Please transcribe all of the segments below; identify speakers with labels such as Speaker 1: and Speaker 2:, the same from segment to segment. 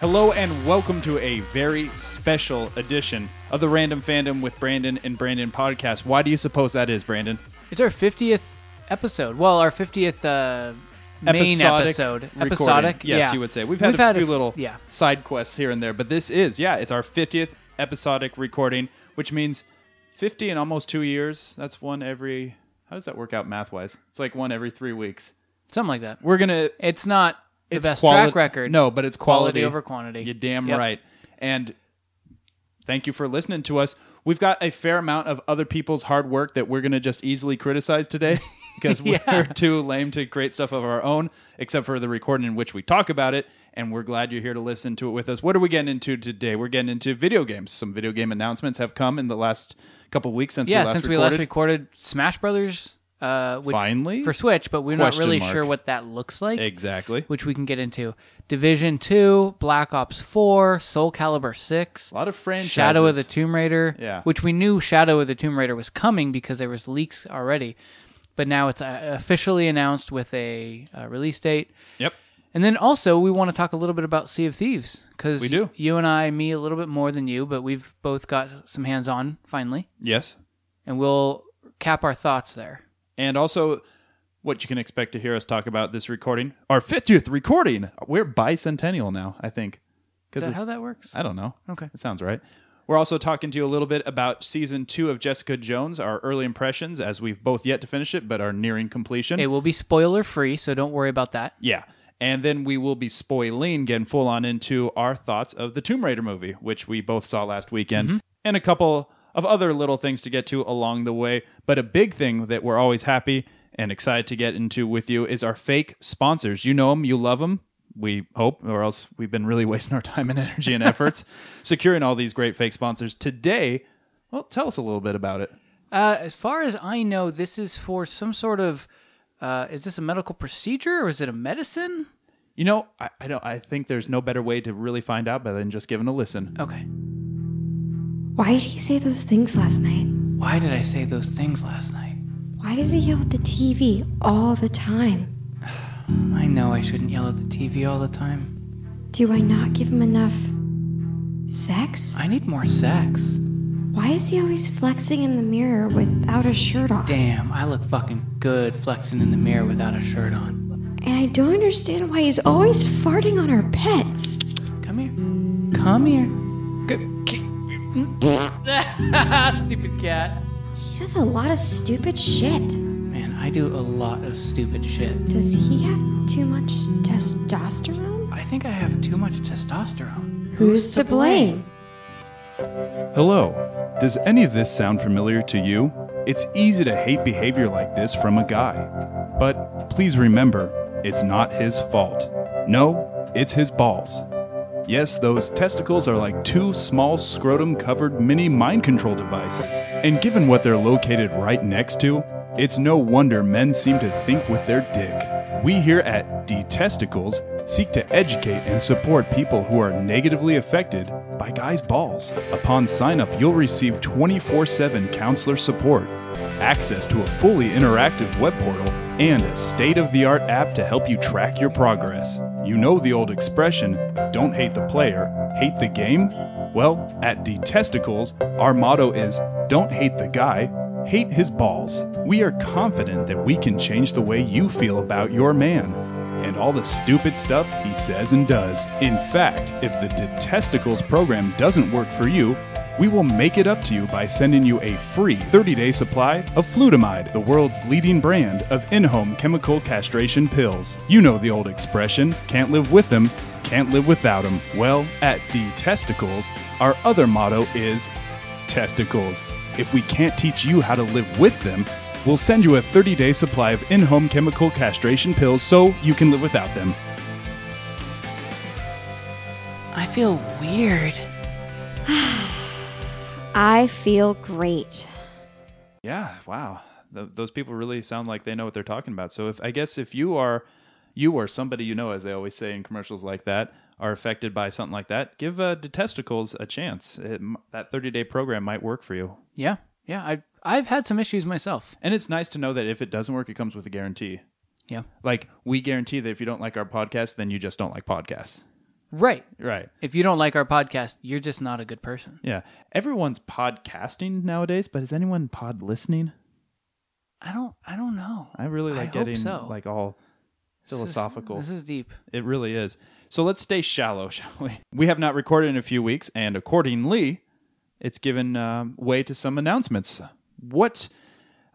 Speaker 1: Hello and welcome to a very special edition of the Random Fandom with Brandon and Brandon podcast. Why do you suppose that is, Brandon?
Speaker 2: It's our 50th episode. Well, our 50th uh, main
Speaker 1: Episodic
Speaker 2: episode.
Speaker 1: recording.
Speaker 2: Episodic.
Speaker 1: yes,
Speaker 2: yeah.
Speaker 1: you would say. We've had a few little
Speaker 2: Yeah.
Speaker 1: side quests here and there, but this is, yeah, it's our 50th episodic recording, which means 50 in almost two years. That's one every. How does that work out math wise? It's like one every three weeks.
Speaker 2: Something like that.
Speaker 1: We're gonna
Speaker 2: It's not the
Speaker 1: it's
Speaker 2: best
Speaker 1: quali-
Speaker 2: track record.
Speaker 1: No, but it's quality,
Speaker 2: Quality over quantity.
Speaker 1: You're damn
Speaker 2: Yep.
Speaker 1: right. And thank you for listening to us. We've got a fair amount of other people's hard work that we're going to just easily criticize today because we're too lame to create stuff of our own, except for the recording in which we talk about it. And we're glad you're here to listen to it with us. What are we getting into today? We're getting into video games. Some video game announcements have come in the last couple weeks since
Speaker 2: Yeah,
Speaker 1: we last
Speaker 2: since we
Speaker 1: recorded.
Speaker 2: last recorded Smash Brothers, uh, which
Speaker 1: Finally?
Speaker 2: for Switch, but we're not
Speaker 1: Question
Speaker 2: really
Speaker 1: mark.
Speaker 2: sure what that looks like.
Speaker 1: exactly.
Speaker 2: Which we can get into. Division Two, Black Ops Four, Soul Calibur Six,
Speaker 1: A lot of franchises.
Speaker 2: Shadow of the Tomb Raider,
Speaker 1: Yeah.
Speaker 2: which we knew Shadow of the Tomb Raider was coming because there was leaks already, but now it's uh, officially announced with a uh, release date.
Speaker 1: Yep.
Speaker 2: And then also we want to talk a little bit about Sea of Thieves because
Speaker 1: We do.
Speaker 2: you and I, me a little bit more than you, but we've both got some hands on finally,
Speaker 1: Yes.
Speaker 2: and we'll cap our thoughts there.
Speaker 1: and also what you can expect to hear us talk about this recording, our 50th recording. We're bicentennial now, I think.
Speaker 2: Is
Speaker 1: Because
Speaker 2: that how that works?
Speaker 1: I don't know.
Speaker 2: Okay.
Speaker 1: That sounds right. We're also talking to you a little bit about season two of Jessica Jones, our early impressions, as we've both yet to finish it, but are nearing completion.
Speaker 2: It will be spoiler free, so don't worry about that.
Speaker 1: Yeah. And then we will be spoiling, getting full on into our thoughts of the Tomb Raider movie, which we both saw last weekend, and a couple of other little things to get to along the way. But a big thing that we're always happy and excited to get into with you is our fake sponsors. You know them, you love them. We hope, or else we've been really wasting our time and energy and efforts securing all these great fake sponsors. Today, well, tell us a little bit about it.
Speaker 2: Uh, as far as I know, this is for some sort of. Uh, is this a medical procedure or is it a medicine?
Speaker 1: You know, I, I don't. I think there's no better way to really find out but than just giving a listen.
Speaker 2: Okay.
Speaker 3: Why did he say those things last night?
Speaker 2: Why did I say those things last night?
Speaker 3: Why does he yell at the TV all the time?
Speaker 2: I know I shouldn't yell at the TV all the time.
Speaker 3: Do I not give him enough sex?
Speaker 2: I need more sex.
Speaker 3: Why is he always flexing in the mirror without a shirt on?
Speaker 2: Damn, I look fucking good flexing in the mirror without a shirt on.
Speaker 3: And I don't understand why he's always farting on our pets.
Speaker 2: Come here. Come here. Go- ki- Stupid cat.
Speaker 3: He does a lot of stupid shit.
Speaker 2: Man, I do a lot of stupid shit.
Speaker 3: Does he have too much testosterone?
Speaker 2: I think I have too much testosterone.
Speaker 3: Who's to blame?
Speaker 1: Hello. Does any of this sound familiar to you? It's easy to hate behavior like this from a guy. But please remember, it's not his fault. No, it's his balls. Yes, those testicles are like two small scrotum covered mini mind control devices. And given what they're located right next to, it's no wonder men seem to think with their dick. We here at Detesticles seek to educate and support people who are negatively affected by guys' balls. Upon sign up, you'll receive 24 7 counselor support access to a fully interactive web portal, and a state of the art app to help you track your progress. You know the old expression don't hate the player, hate the game? Well, at Detesticles, our motto is don't hate the guy, hate his balls. We are confident that we can change the way you feel about your man and all the stupid stuff he says and does. In fact, if the Detesticles program doesn't work for you, we will make it up to you by sending you a free 30 day supply of Flutamide, the world's leading brand of in home chemical castration pills. You know the old expression can't live with them, can't live without them. Well, at Detesticles, our other motto is testicles. If we can't teach you how to live with them, we'll send you a 30 day supply of in home chemical castration pills so you can live without them.
Speaker 2: I feel weird.
Speaker 3: I feel great.
Speaker 1: Yeah, wow. Th- those people really sound like they know what they're talking about. So if I guess if you are you or somebody you know as they always say in commercials like that are affected by something like that, give uh, Detesticles a chance. It, m- that 30 day program might work for you.
Speaker 2: Yeah. Yeah, I I've had some issues myself.
Speaker 1: And it's nice to know that if it doesn't work, it comes with a guarantee.
Speaker 2: Yeah.
Speaker 1: Like we guarantee that if you don't like our podcast, then you just don't like podcasts.
Speaker 2: Right.
Speaker 1: Right.
Speaker 2: If you don't like our podcast, you're just not a good person.
Speaker 1: Yeah. Everyone's podcasting nowadays, but is anyone pod listening?
Speaker 2: I don't I don't know.
Speaker 1: I really
Speaker 2: I
Speaker 1: like
Speaker 2: hope
Speaker 1: getting
Speaker 2: so.
Speaker 1: like all
Speaker 2: This is-
Speaker 1: philosophical.
Speaker 2: This is deep.
Speaker 1: It really is. So let's stay shallow, shall we? We have not recorded in a few weeks, and accordingly, it's given um, way to some announcements. What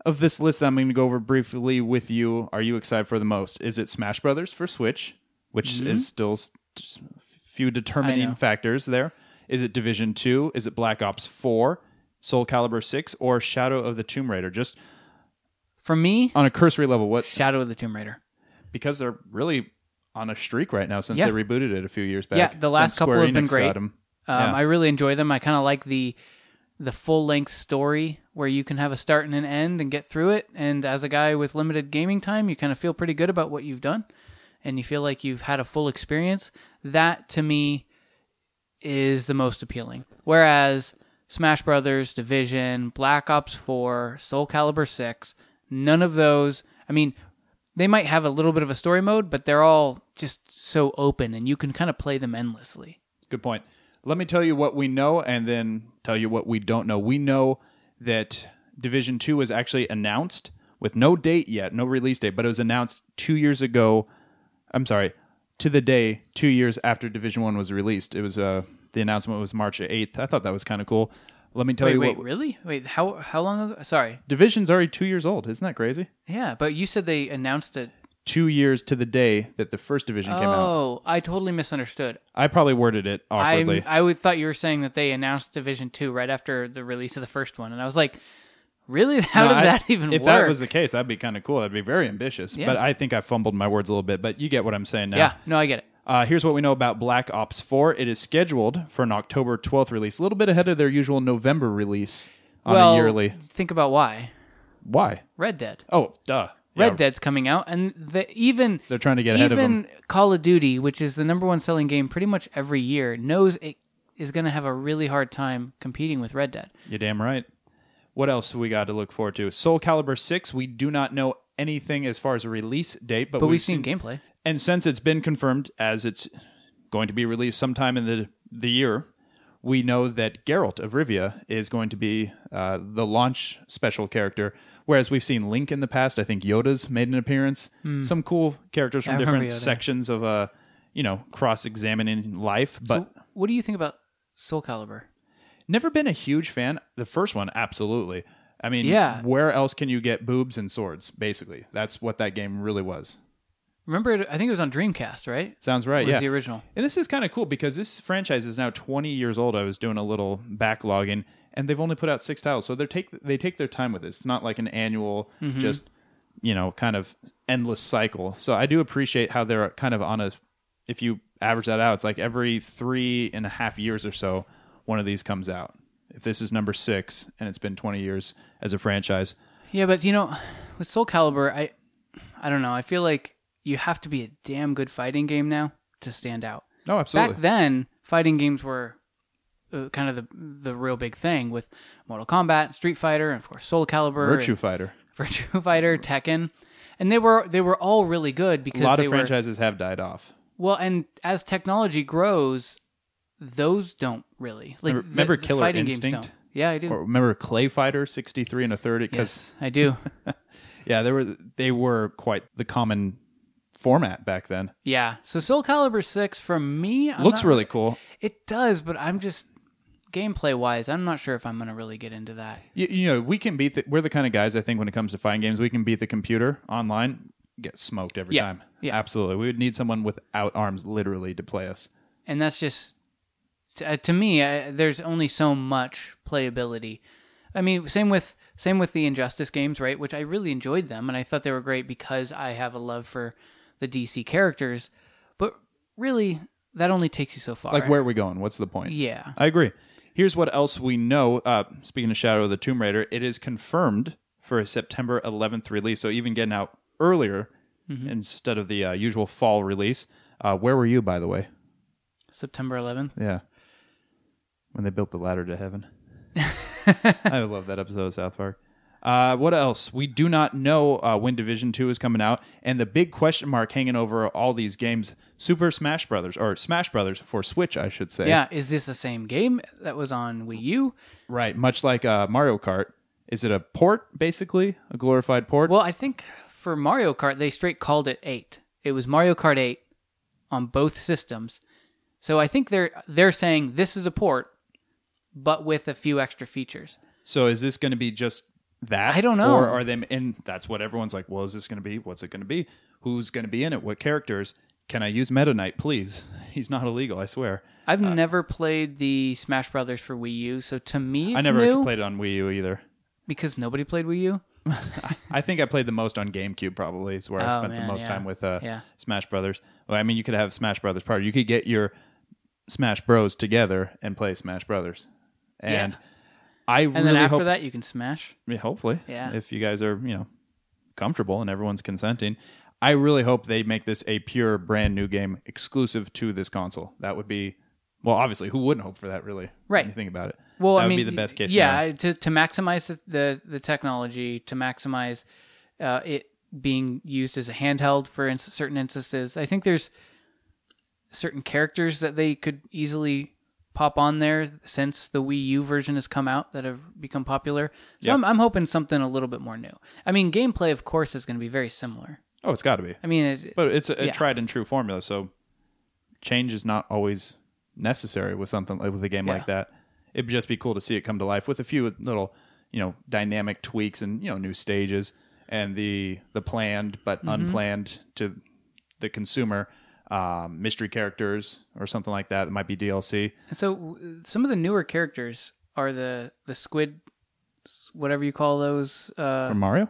Speaker 1: of this list that I'm going to go over briefly with you are you excited for the most? Is it Smash Brothers for Switch, which is still s- s- few
Speaker 2: Mm-hmm. I
Speaker 1: determining
Speaker 2: know.
Speaker 1: factors there? Is it Division 2? Is it Black Ops 4? Soul Calibur 6 or Shadow of the Tomb Raider? Just
Speaker 2: For me,
Speaker 1: on a cursory level, what
Speaker 2: Shadow of the Tomb Raider.
Speaker 1: because they're really on a streak right now since
Speaker 2: Yeah.
Speaker 1: they rebooted it a few years back.
Speaker 2: Yeah, the last
Speaker 1: Since
Speaker 2: couple
Speaker 1: Square
Speaker 2: have been
Speaker 1: Enix
Speaker 2: great.
Speaker 1: got 'em.
Speaker 2: Um,
Speaker 1: Yeah.
Speaker 2: I really enjoy them. I kind of like the the full length story where you can have a start and an end and get through it. And as a guy with limited gaming time, you kind of feel pretty good about what you've done, and you feel like you've had a full experience. That to me is the most appealing. Whereas Smash Brothers, Division, Black Ops 4, Soul Calibur 6, none of those, I mean, they might have a little bit of a story mode, but they're all just so open and you can kind of play them endlessly.
Speaker 1: Good point. Let me tell you what we know and then tell you what we don't know. We know that Division 2 was actually announced with no date yet, no release date, but it was announced 2 years ago. I'm sorry, to the day 2 years after Division 1 was released. It was uh the announcement was March 8th. I thought that was kind of cool. Let me tell
Speaker 2: Wait,
Speaker 1: you
Speaker 2: wait,
Speaker 1: what
Speaker 2: really? Wait, how how long ago? Sorry.
Speaker 1: Division's already 2 years old. Isn't that crazy?
Speaker 2: Yeah, but you said they announced it.
Speaker 1: 2 years to the day that the first Division came out.
Speaker 2: Oh, I totally misunderstood.
Speaker 1: I probably worded it
Speaker 2: I
Speaker 1: awkwardly.
Speaker 2: I would thought you were saying that they announced Division 2 right after the release of the first one and I was like, "Really? How
Speaker 1: No,
Speaker 2: did
Speaker 1: I-
Speaker 2: that even
Speaker 1: if
Speaker 2: work?"
Speaker 1: that was the case, that'd be kind of cool. That'd be very ambitious.
Speaker 2: Yeah.
Speaker 1: But I think I fumbled my words a little bit. But you get what I'm saying now.
Speaker 2: yeah, no, I get it.
Speaker 1: Uh, here's what we know about Black Ops 4. It is scheduled for an October 12th release, a little bit ahead of their usual November release on
Speaker 2: well,
Speaker 1: a yearly.
Speaker 2: think about why.
Speaker 1: Why?
Speaker 2: Red Dead.
Speaker 1: Oh, duh.
Speaker 2: Red
Speaker 1: Yeah,
Speaker 2: Dead's coming out, and the, even
Speaker 1: They're trying to get ahead of
Speaker 2: even
Speaker 1: them.
Speaker 2: Call of Duty, which is the number one selling game pretty much every year, knows it is going to have a really hard time competing with Red Dead.
Speaker 1: You're damn right. What else we got to look forward to? Soul Calibur 6. We do not know anything as far as a release date, but,
Speaker 2: But we've, seen, gameplay.
Speaker 1: And since it's been confirmed as it's going to be released sometime in the the year, we know that Geralt of Rivia is going to be uh, the launch special character. Whereas we've seen Link in the past, I think Yoda's made an appearance. Some cool characters from
Speaker 2: Hmm. I remember
Speaker 1: different
Speaker 2: Yoda.
Speaker 1: sections of uh, you know, cross-examining life. But
Speaker 2: so, what do you think about Soul Calibur?
Speaker 1: never been a huge fan. The first one, absolutely. I mean,
Speaker 2: Yeah.
Speaker 1: where else can you get boobs and swords? Basically, that's what that game really was.
Speaker 2: Remember, it, I think it was on Dreamcast, right?
Speaker 1: Sounds right.
Speaker 2: was
Speaker 1: yeah.
Speaker 2: the original.
Speaker 1: And this is kind of cool because this franchise is now 20 years old. I was doing a little backlogging, and they've only put out six titles, so they take they take their time with this. It's not like an annual,
Speaker 2: Mm-hmm.
Speaker 1: just you know, kind of endless cycle. So I do appreciate how they're kind of on a. If you average that out, it's like every three and a half years or so, one of these comes out. If this is number six and it's been 20 years as a franchise,
Speaker 2: Yeah, but you know, with Soul Calibur, I, I don't know. I feel like you have to be a damn good fighting game now to stand out.
Speaker 1: no, absolutely.
Speaker 2: Back then, fighting games were uh, kind of the the real big thing with Mortal Kombat, Street Fighter, and of course Soul Calibur,
Speaker 1: Virtue
Speaker 2: and
Speaker 1: Fighter.
Speaker 2: Virtue Fighter, Tekken, and they were they were all really good
Speaker 1: A
Speaker 2: because
Speaker 1: lot
Speaker 2: they
Speaker 1: of
Speaker 2: were
Speaker 1: franchises have died off.
Speaker 2: well, and as technology grows, those don't really like
Speaker 1: Remember- remember
Speaker 2: the, the
Speaker 1: Killer
Speaker 2: fighting
Speaker 1: Instinct?
Speaker 2: Games don't. Yeah, I do.
Speaker 1: Or remember Clay Fighter 63 and a third? Because
Speaker 2: yes, I do.
Speaker 1: Yeah, they were they were quite the common format back then.
Speaker 2: yeah. So Soul Calibur six for me I'm
Speaker 1: Looks
Speaker 2: not-
Speaker 1: really cool.
Speaker 2: it does, but I'm just gameplay wise, I'm not sure if I'm gonna really get into that.
Speaker 1: You, you know, we can beat. The, we're the kind of guys I think when it comes to fighting games, we can beat the computer online. Get smoked every
Speaker 2: Yeah,
Speaker 1: time.
Speaker 2: yeah.
Speaker 1: absolutely. We would need someone without arms, literally, to play us.
Speaker 2: and that's just t- uh, to me I, there's only so much playability i mean same with same with the injustice games right which i really enjoyed them and i thought they were great because i have a love for the dc characters but really that only takes you so far
Speaker 1: Like, where are we going? What's the point?
Speaker 2: yeah
Speaker 1: I agree. Here's what else we know. Uh, speaking of Shadow of the Tomb Raider, it is confirmed for a September 11th release. So even getting out earlier
Speaker 2: Mm-hmm.
Speaker 1: instead of the uh, usual fall release. Uh, where were you, by the way?
Speaker 2: september 11th
Speaker 1: Yeah. When they built the ladder to heaven. I love that episode of South Park. Uh, what else? We do not know uh, when Division Two is coming out, and the big question mark hanging over all these games: Super Smash Brothers or Smash Brothers for Switch, I should say.
Speaker 2: Yeah, is this the same game that was on Wii U?
Speaker 1: Right. Much like uh, Mario Kart, is it a port basically, a glorified port?
Speaker 2: Well, I think for Mario Kart, they straight called it eight. It was Mario Kart eight on both systems. So I think they're they're saying this is a port, but with a few extra features.
Speaker 1: so is this going to be just that?
Speaker 2: I don't know.
Speaker 1: Or are they? And that's what everyone's like. Well, is this going to be? What's it going to be? Who's going to be in it? What characters? Can I use Meta Knight, please? He's not illegal, I swear.
Speaker 2: I've never played the Smash Brothers for Wii U, so to me it's
Speaker 1: I never
Speaker 2: new
Speaker 1: played it on Wii U either.
Speaker 2: because nobody played Wii U.
Speaker 1: I think I played the most on GameCube. Probably is where I
Speaker 2: Oh,
Speaker 1: spent
Speaker 2: man,
Speaker 1: the most
Speaker 2: yeah.
Speaker 1: time with uh,
Speaker 2: Yeah.
Speaker 1: Smash Brothers. Well, I mean, you could have Smash Brothers Party. You could get your Smash Bros together and play Smash Brothers. And I
Speaker 2: And
Speaker 1: really
Speaker 2: then after
Speaker 1: hope,
Speaker 2: that, you can smash.
Speaker 1: I mean, hopefully,
Speaker 2: Yeah.
Speaker 1: if you guys are you know comfortable and everyone's consenting, I really hope they make this a pure brand new game exclusive to this console. That would be well, obviously, who wouldn't hope for that? Really,
Speaker 2: Right.
Speaker 1: When you think about it.
Speaker 2: Well,
Speaker 1: that
Speaker 2: I
Speaker 1: would
Speaker 2: mean,
Speaker 1: be the best case.
Speaker 2: Yeah,
Speaker 1: scenario.
Speaker 2: I- to to maximize the the, the technology, to maximize uh, it being used as a handheld for ins- certain instances. I think there's certain characters that they could easily pop on there since the Wii U version has come out that have become popular. So
Speaker 1: Yeah.
Speaker 2: I'm, I'm hoping something a little bit more new. I mean, gameplay, of course, is going to be very similar.
Speaker 1: Oh, it's got to be.
Speaker 2: I mean, it's,
Speaker 1: But it's a, a
Speaker 2: Yeah.
Speaker 1: tried and true formula, so change is not always necessary with something like with a game like that. It'd just be cool to see it come to life with a few little, you know, dynamic tweaks and you know new stages and the the planned but
Speaker 2: Mm-hmm.
Speaker 1: unplanned to the consumer um, mystery characters or something like that. It might be DLC.
Speaker 2: So w- some of the newer characters are the the squid, s- whatever you call those. Uh,
Speaker 1: From Mario?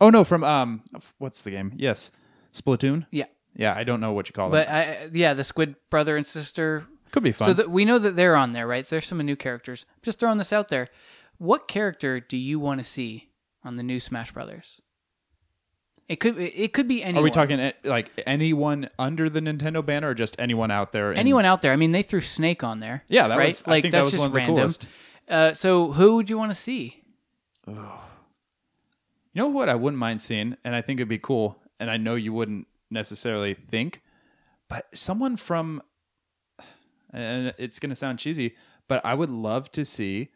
Speaker 1: Oh no, from um, what's the game? Yes, Splatoon.
Speaker 2: yeah,
Speaker 1: Yeah, I don't know what you call
Speaker 2: but
Speaker 1: them.
Speaker 2: I I- yeah the squid brother and sister.
Speaker 1: Could be fun.
Speaker 2: So that we know that they're on there, right? So there's some new characters. Just throwing this out there. What character do you want to see on the new Smash Brothers? It could it could be anyone.
Speaker 1: Are we talking eh, like anyone under the Nintendo banner, or just anyone out there? in-
Speaker 2: anyone out there? I mean, they threw Snake on there.
Speaker 1: Yeah, that
Speaker 2: right?
Speaker 1: was.
Speaker 2: like
Speaker 1: I think
Speaker 2: that's
Speaker 1: that was
Speaker 2: just
Speaker 1: one of the
Speaker 2: random.
Speaker 1: coolest.
Speaker 2: Uh, so who would you want to see?
Speaker 1: You know what? I wouldn't mind seeing, and I think it'd be cool. And I know you wouldn't necessarily think, but someone from, and it's gonna sound cheesy, but I would love to see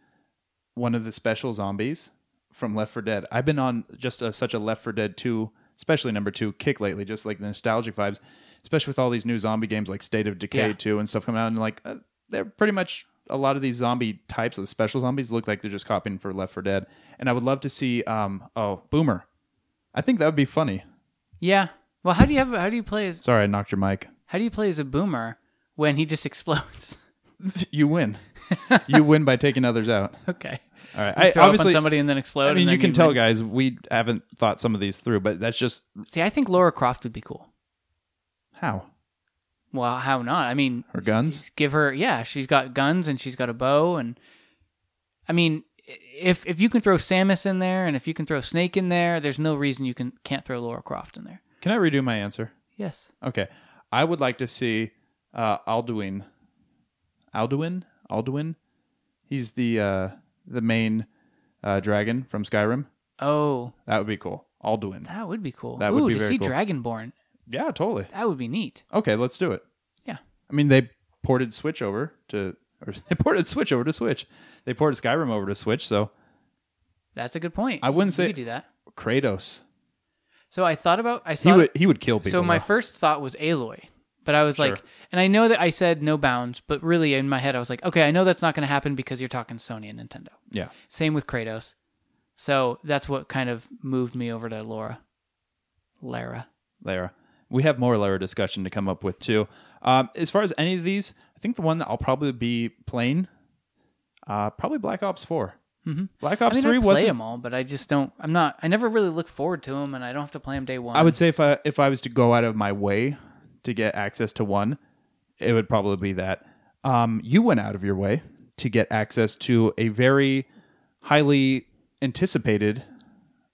Speaker 1: one of the special zombies from Left 4 Dead. I've been on just a, such a Left 4 Dead 2, especially number 2 kick lately, just like the nostalgic vibes, especially with all these new zombie games like State of Decay
Speaker 2: Yeah.
Speaker 1: 2 and stuff coming out and like uh, they're pretty much a lot of these zombie types of the special zombies look like they're just copying for Left 4 Dead. And I would love to see um oh, Boomer. I think that would be funny.
Speaker 2: Yeah. Well, how do you have how do you play as
Speaker 1: Sorry, I knocked your mic.
Speaker 2: How do you play as a boomer when he just explodes?
Speaker 1: You win. you win by taking others out.
Speaker 2: okay.
Speaker 1: All right.
Speaker 2: You
Speaker 1: I
Speaker 2: throw up on
Speaker 1: obviously
Speaker 2: somebody and then explode.
Speaker 1: I mean,
Speaker 2: and
Speaker 1: you
Speaker 2: then
Speaker 1: can tell,
Speaker 2: win.
Speaker 1: guys, we haven't thought some of these through, but that's just
Speaker 2: See, I think Laura Croft would be cool.
Speaker 1: how
Speaker 2: Well, how not? I mean,
Speaker 1: her guns.
Speaker 2: give her yeah, she's got guns and she's got a bow and I mean, i- if if you can throw Samus in there and if you can throw Snake in there, there's no reason you can can't throw Laura Croft in there.
Speaker 1: Can I redo my answer?
Speaker 2: Yes.
Speaker 1: Okay. I would like to see uh, Alduin. Alduin? Alduin? He's the uh, the main uh, dragon from Skyrim.
Speaker 2: Oh,
Speaker 1: That would be cool. Alduin.
Speaker 2: that would be cool.
Speaker 1: That would
Speaker 2: Ooh,
Speaker 1: be
Speaker 2: to
Speaker 1: very
Speaker 2: see
Speaker 1: cool.
Speaker 2: Dragonborn.
Speaker 1: Yeah, totally.
Speaker 2: That would be neat.
Speaker 1: Okay, let's do it.
Speaker 2: Yeah.
Speaker 1: I mean, they ported Switch over to, or they ported Switch over to Switch. They ported Skyrim over to Switch. So
Speaker 2: That's a good point.
Speaker 1: I wouldn't
Speaker 2: You
Speaker 1: say-
Speaker 2: could do that.
Speaker 1: Kratos,
Speaker 2: So I thought about I saw
Speaker 1: he would he would kill people.
Speaker 2: So my
Speaker 1: though.
Speaker 2: first thought was Aloy, but I was
Speaker 1: Sure.
Speaker 2: like, and I know that I said no bounds, but really in my head I was like, okay, I know that's not going to happen because you're talking Sony and Nintendo.
Speaker 1: yeah.
Speaker 2: Same with Kratos. So that's what kind of moved me over to Laura. Lara.
Speaker 1: Lara. We have more Lara discussion to come up with too. Um, as far as any of these, I think the one that I'll probably be playing, uh, probably Black Ops 4 Mm-hmm. Black Ops
Speaker 2: I mean,
Speaker 1: Three
Speaker 2: I play
Speaker 1: wasn't.
Speaker 2: them all, but I just don't. I'm not. I never really look forward to them, and I don't have to play them day one.
Speaker 1: I would say if I if I was to go out of my way to get access to one, it would probably be that. Um, you went out of your way to get access to a very highly anticipated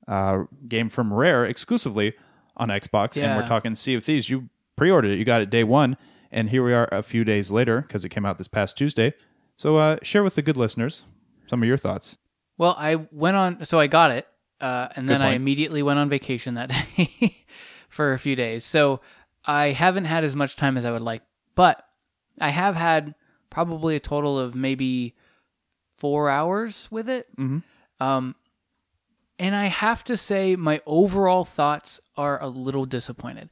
Speaker 1: uh, game from Rare exclusively on Xbox, and
Speaker 2: Yeah.
Speaker 1: we're talking Sea of Thieves. You pre-ordered it, you got it day one, and here we are a few days later because it came out this past Tuesday. So uh, share with the good listeners some of your thoughts.
Speaker 2: Well, I went on, so I got it, uh, and then I
Speaker 1: point.
Speaker 2: immediately went on vacation that day for a few days. So I haven't had as much time as I would like, but I have had probably a total of maybe four hours with it.
Speaker 1: Mhm.
Speaker 2: Um, and I have to say, my overall thoughts are a little disappointed.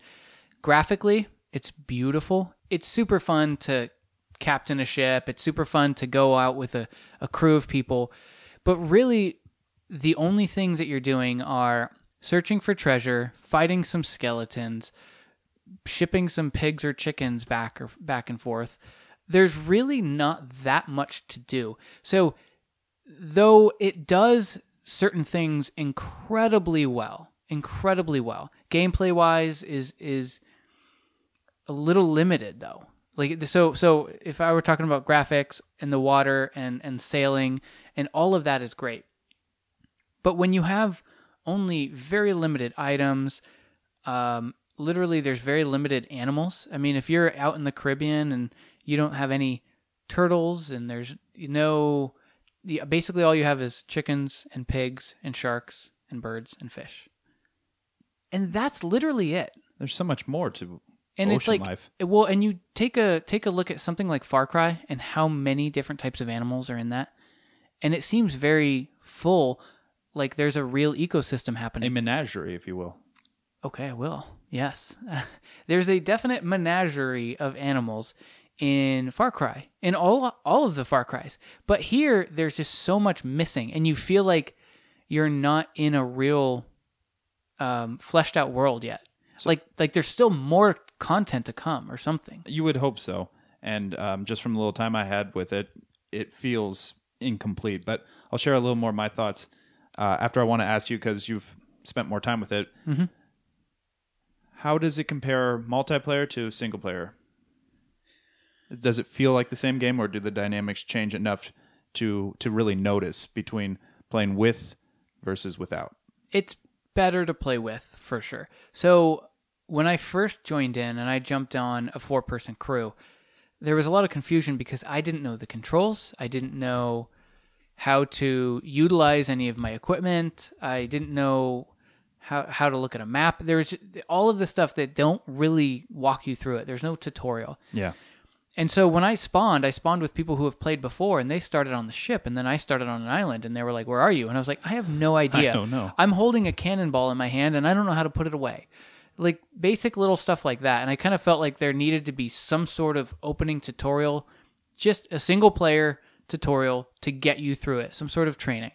Speaker 2: Graphically, it's beautiful. It's super fun to captain a ship. It's super fun to go out with a, a crew of people. But really, the only things that you're doing are searching for treasure, fighting some skeletons, shipping some pigs or chickens back or back and forth. There's really not that much to do. So, though it does certain things incredibly well, incredibly well. Gameplay wise is is a little limited though. Like so so if I were talking about graphics and the water and and sailing and all of that is great. But when you have only very limited items, um, literally there's very limited animals. I mean, if you're out in the Caribbean and you don't have any turtles and there's no, yeah, basically all you have is chickens and pigs and sharks and birds and fish. And that's literally it
Speaker 1: There's so much more to
Speaker 2: and
Speaker 1: ocean
Speaker 2: it's like
Speaker 1: life.
Speaker 2: well and you take a take a look at something like far cry and how many different types of animals are in that and it seems very full like there's a real ecosystem
Speaker 1: A
Speaker 2: happening
Speaker 1: menagerie, if you will.
Speaker 2: okay i will yes there's a definite menagerie of animals in far cry in all all of the far cries but here there's just so much missing and you feel like you're not in a real um, fleshed out world yet like like there's still more content to come or something
Speaker 1: You would hope so. And um, just from the little time I had with it, it feels incomplete. But I'll share a little more of my thoughts uh, after I want to ask you because you've spent more time with it.
Speaker 2: Mm-hmm.
Speaker 1: How does it compare multiplayer to single player? Does it feel like the same game, or do the dynamics change enough to to really notice between playing with versus without?
Speaker 2: it's better to play with for sure. So when I first joined in and I jumped on a four person crew, there was a lot of confusion because I didn't know the controls. I didn't know how to utilize any of my equipment. I didn't know how how to look at a map. There's all of the stuff that don't really walk you through it. There's no tutorial.
Speaker 1: Yeah,
Speaker 2: And so when I spawned, I spawned with people who have played before, and they started on the ship, and then I started on an island, and they were like, "Where are you?" And I was like, "I have no idea.
Speaker 1: don't know.
Speaker 2: I'm holding a cannonball in my hand, and I don't know how to put it away." Like basic little stuff like that, and I kind of felt like there needed to be some sort of opening tutorial, just a single player tutorial to get you through it, some sort of training.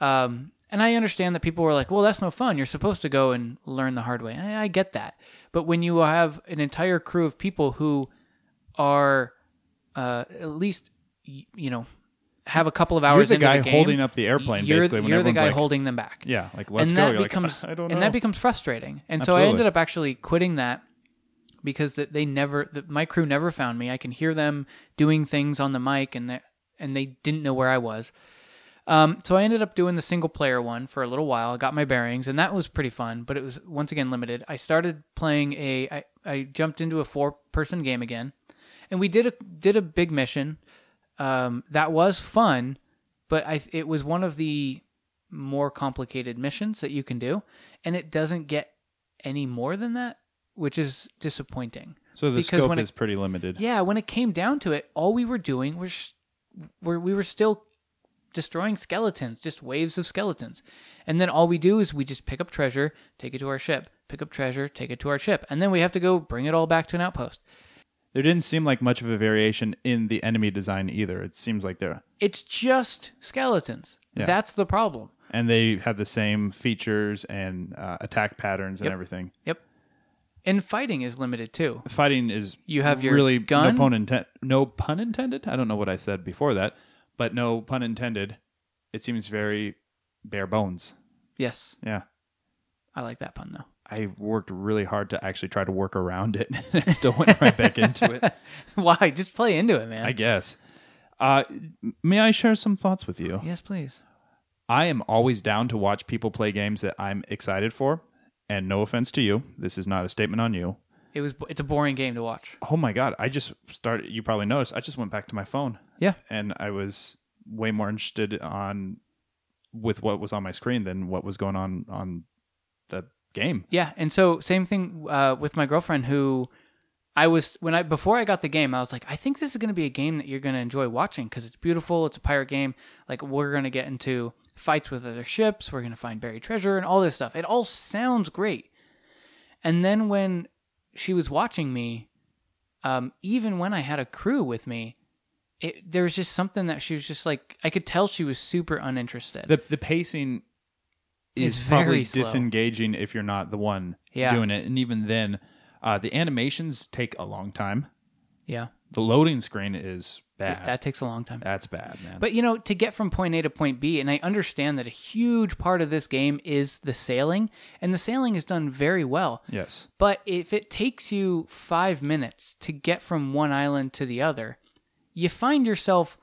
Speaker 2: Um, and I understand that people were like, well, that's no fun. You're supposed to go and learn the hard way. And I, I get that. But when you have an entire crew of people who are uh, at least, y- you know, have a couple of
Speaker 1: you're
Speaker 2: hours
Speaker 1: the
Speaker 2: into
Speaker 1: guy
Speaker 2: the game,
Speaker 1: holding up the airplane,
Speaker 2: you're,
Speaker 1: basically. When
Speaker 2: you're the
Speaker 1: everyone's
Speaker 2: guy
Speaker 1: like,
Speaker 2: holding them back
Speaker 1: yeah, like let's
Speaker 2: and
Speaker 1: go.
Speaker 2: That
Speaker 1: You're like, "Ah,
Speaker 2: becomes,
Speaker 1: I don't know.
Speaker 2: And that becomes frustrating. And so I
Speaker 1: Absolutely.
Speaker 2: ended up actually quitting that because that they never, that my crew never found me. I can hear them doing things on the mic, and they and they didn't know where I was. Um, so I ended up doing the single player one for a little while. I got my bearings, and that was pretty fun. But it was once again limited. I started playing a. I, I jumped into a four person game again, and we did a did a big mission. Um, that was fun, but I it was one of the more complicated missions that you can do, and it doesn't get any more than that, which is disappointing.
Speaker 1: so the
Speaker 2: because
Speaker 1: scope
Speaker 2: when it-
Speaker 1: is pretty limited.
Speaker 2: Yeah, when it came down to it, all we were doing was were we were still destroying skeletons, just waves of skeletons. And then all we do is we just pick up treasure, take it to our ship, pick up treasure, take it to our ship, and then we have to go bring it all back to an outpost.
Speaker 1: There didn't seem like much of a variation in the enemy design either. It seems like they're
Speaker 2: It's just skeletons.
Speaker 1: Yeah.
Speaker 2: That's the problem.
Speaker 1: and they have the same features and uh, attack patterns and
Speaker 2: Yep.
Speaker 1: everything.
Speaker 2: Yep. And fighting is limited too.
Speaker 1: Fighting is
Speaker 2: You have your
Speaker 1: really
Speaker 2: gun?
Speaker 1: no pun intended. No pun intended. I don't know what I said before that, but no pun intended. It seems very bare bones.
Speaker 2: Yes.
Speaker 1: Yeah,
Speaker 2: I like that pun though.
Speaker 1: I worked really hard to actually try to work around it. I still went right back into it.
Speaker 2: Why? Just play into it, man.
Speaker 1: I guess. Uh, may I share some thoughts with you?
Speaker 2: yes, please.
Speaker 1: I am always down to watch people play games that I'm excited for. And no offense to you, this is not a statement on you.
Speaker 2: It was. It's a boring game to watch.
Speaker 1: Oh my god, I just started. You probably noticed. I just went back to my phone,
Speaker 2: Yeah.
Speaker 1: and I was way more interested on with what was on my screen than what was going on on the game.
Speaker 2: Yeah, and so same thing uh, with my girlfriend who I was when I before I got the game, I was like, I think this is going to be a game that you're going to enjoy watching because it's beautiful. It's a pirate game. Like we're going to get into fights with other ships. We're going to find buried treasure and all this stuff. It all sounds great. And then when she was watching me, um, even when I had a crew with me, it, there was just something that she was just like I could tell she was super uninterested.
Speaker 1: The the pacing is
Speaker 2: It's very
Speaker 1: probably
Speaker 2: slow.
Speaker 1: disengaging if you're not the one
Speaker 2: Yeah.
Speaker 1: doing it. And even then, uh, the animations take a long time.
Speaker 2: yeah,
Speaker 1: The loading screen is bad.
Speaker 2: that takes a long time.
Speaker 1: That's bad, man.
Speaker 2: But you know, to get from point A to point B, and I understand that a huge part of this game is the sailing, and the sailing is done very well.
Speaker 1: yes,
Speaker 2: But if it takes you five minutes to get from one island to the other, you find yourself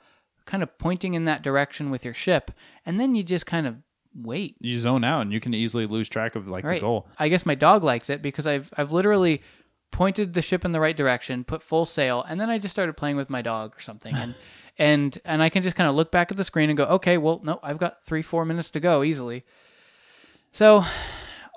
Speaker 2: kind of pointing in that direction with your ship, and then you just kind of wait.
Speaker 1: you zone out and you can easily lose track of like the
Speaker 2: Right.
Speaker 1: goal.
Speaker 2: I guess my dog likes it because I've I've literally pointed the ship in the right direction, put full sail, and then I just started playing with my dog or something and and and I can just kind of look back at the screen and go, "Okay, well, no, I've got 3-4 minutes to go easily." So,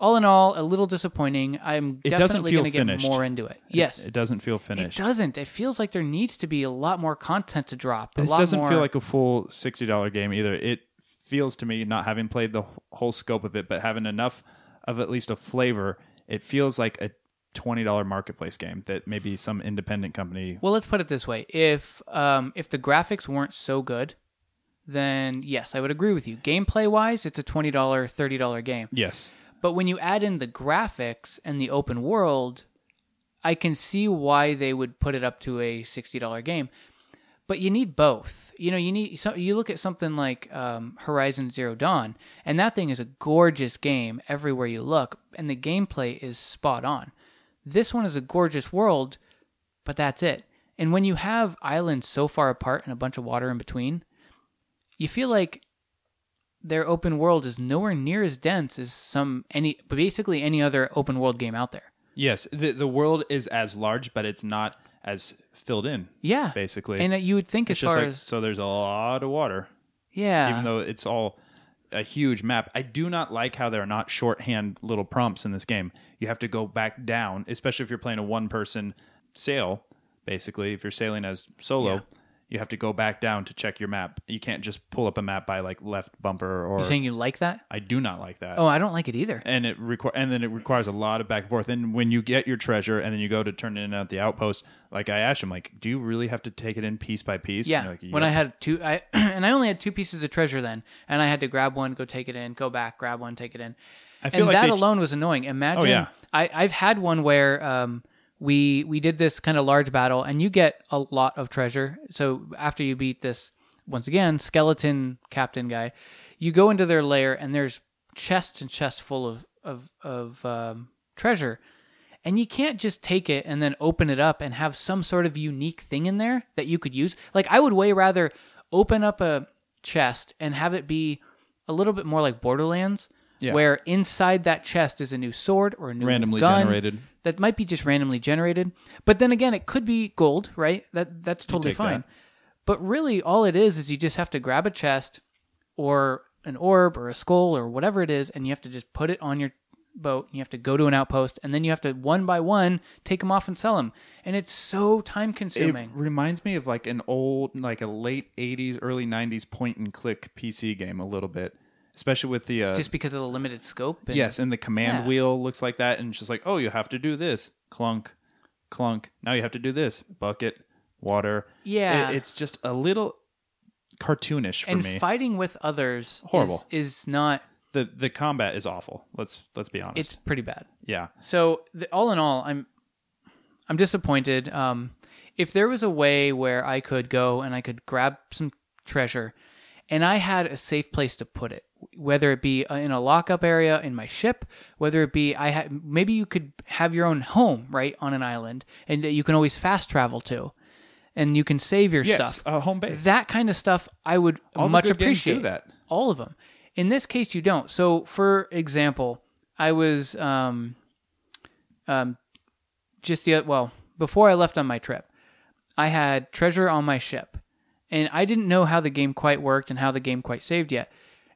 Speaker 2: all in all, a little disappointing. I'm
Speaker 1: It doesn't
Speaker 2: definitely
Speaker 1: feel
Speaker 2: going to get
Speaker 1: finished.
Speaker 2: more into it. Yes.
Speaker 1: It doesn't feel
Speaker 2: It
Speaker 1: finished.
Speaker 2: doesn't. It feels like there needs to be a lot more content to drop. a
Speaker 1: this
Speaker 2: lot
Speaker 1: doesn't
Speaker 2: more...
Speaker 1: feel like a full sixty dollar game either. It feels to me, not having played the wh- whole scope of it, but having enough of at least a flavor, it feels like a twenty dollar marketplace game that maybe some independent company.
Speaker 2: Well, let's put it this way: if um, if the graphics weren't so good, then yes, I would agree with you. Gameplay wise, it's a twenty dollar, thirty dollar game.
Speaker 1: Yes,
Speaker 2: But when you add in the graphics and the open world, I can see why they would put it up to a sixty dollar game. But you need both. You know, you need so you look at something like um, Horizon Zero Dawn, and that thing is a gorgeous game everywhere you look, and the gameplay is spot on. This one is a gorgeous world, but that's it. And when you have islands so far apart and a bunch of water in between, you feel like their open world is nowhere near as dense as some any basically any other open world game out there.
Speaker 1: yes. The the world is as large, but it's not as filled in.
Speaker 2: Yeah,
Speaker 1: Basically.
Speaker 2: and uh, you would think
Speaker 1: It's
Speaker 2: as
Speaker 1: just
Speaker 2: far
Speaker 1: like
Speaker 2: as
Speaker 1: so. There's a lot of water.
Speaker 2: yeah,
Speaker 1: even though it's all a huge map. I do not like how there are not shorthand little prompts in this game. You have to go back down, especially if you're playing a one person sail, basically, if you're sailing as solo. You have to go back down to check your map. You can't just pull up a map by like left bumper or
Speaker 2: you're saying you like that.
Speaker 1: I do not like that.
Speaker 2: Oh, I don't like it either.
Speaker 1: And it require and then it requires a lot of back and forth. And when you get your treasure and then you go to turn it in at the outpost, like I asked him, like, do you really have to take it in piece by piece? And
Speaker 2: Yeah,
Speaker 1: you're like,
Speaker 2: when
Speaker 1: "Yep."
Speaker 2: I had two, I and I only had two pieces of treasure then, and I had to grab one, go take it in, go back, grab one, take it in.
Speaker 1: I feel
Speaker 2: and
Speaker 1: like
Speaker 2: that
Speaker 1: they- Oh,
Speaker 2: alone was annoying. Imagine,
Speaker 1: yeah.
Speaker 2: I, I've had one where um, we we did this kind of large battle, and you get a lot of treasure. So after you beat this, once again, skeleton captain guy, you go into their lair, and there's chests and chests full of of of um, treasure. And you can't just take it and then open it up and have some sort of unique thing in there that you could use. Like I would way rather open up a chest and have it be a little bit more like Borderlands,
Speaker 1: Yeah.
Speaker 2: where inside that chest is a new sword or a new
Speaker 1: randomly
Speaker 2: gun
Speaker 1: generated.
Speaker 2: that might be just randomly generated. But then again, it could be gold, right? That that's totally
Speaker 1: take
Speaker 2: fine.
Speaker 1: that.
Speaker 2: But really, all it is is you just have to grab a chest or an orb or a skull or whatever it is, and you have to just put it on your boat. And you have to go to an outpost, and then you have to one by one take them off and sell them. And it's so time consuming.
Speaker 1: It reminds me of like an old, like a late '80s, early '90s point and click PC game a little bit, especially with the uh,
Speaker 2: just because of the limited scope. And,
Speaker 1: yes, and the command
Speaker 2: Yeah.
Speaker 1: wheel looks like that, and it's just like, oh, you have to do this, clunk, clunk. Now you have to do this, bucket, water.
Speaker 2: Yeah.
Speaker 1: It- it's just a little cartoonish for
Speaker 2: and
Speaker 1: me.
Speaker 2: fighting with others
Speaker 1: Horrible.
Speaker 2: is, is not.
Speaker 1: the the combat is awful. Let's let's be honest.
Speaker 2: It's pretty bad.
Speaker 1: yeah,
Speaker 2: So the, all in all, I'm I'm disappointed. Um, if there was a way where I could go and I could grab some treasure, and I had a safe place to put it, whether it be uh, in a lockup area in my ship, whether it be I ha- maybe you could have your own home right on an island, and that you can always fast travel to, and you can save your
Speaker 1: yes,
Speaker 2: stuff.
Speaker 1: uh, home base.
Speaker 2: That kind of stuff I would
Speaker 1: All the
Speaker 2: much
Speaker 1: good games do
Speaker 2: appreciate.
Speaker 1: that.
Speaker 2: All of them. In this case, you don't. So, for example, I was um, um, just the well before I left on my trip, I had treasure on my ship, and I didn't know how the game quite worked and how the game quite saved yet.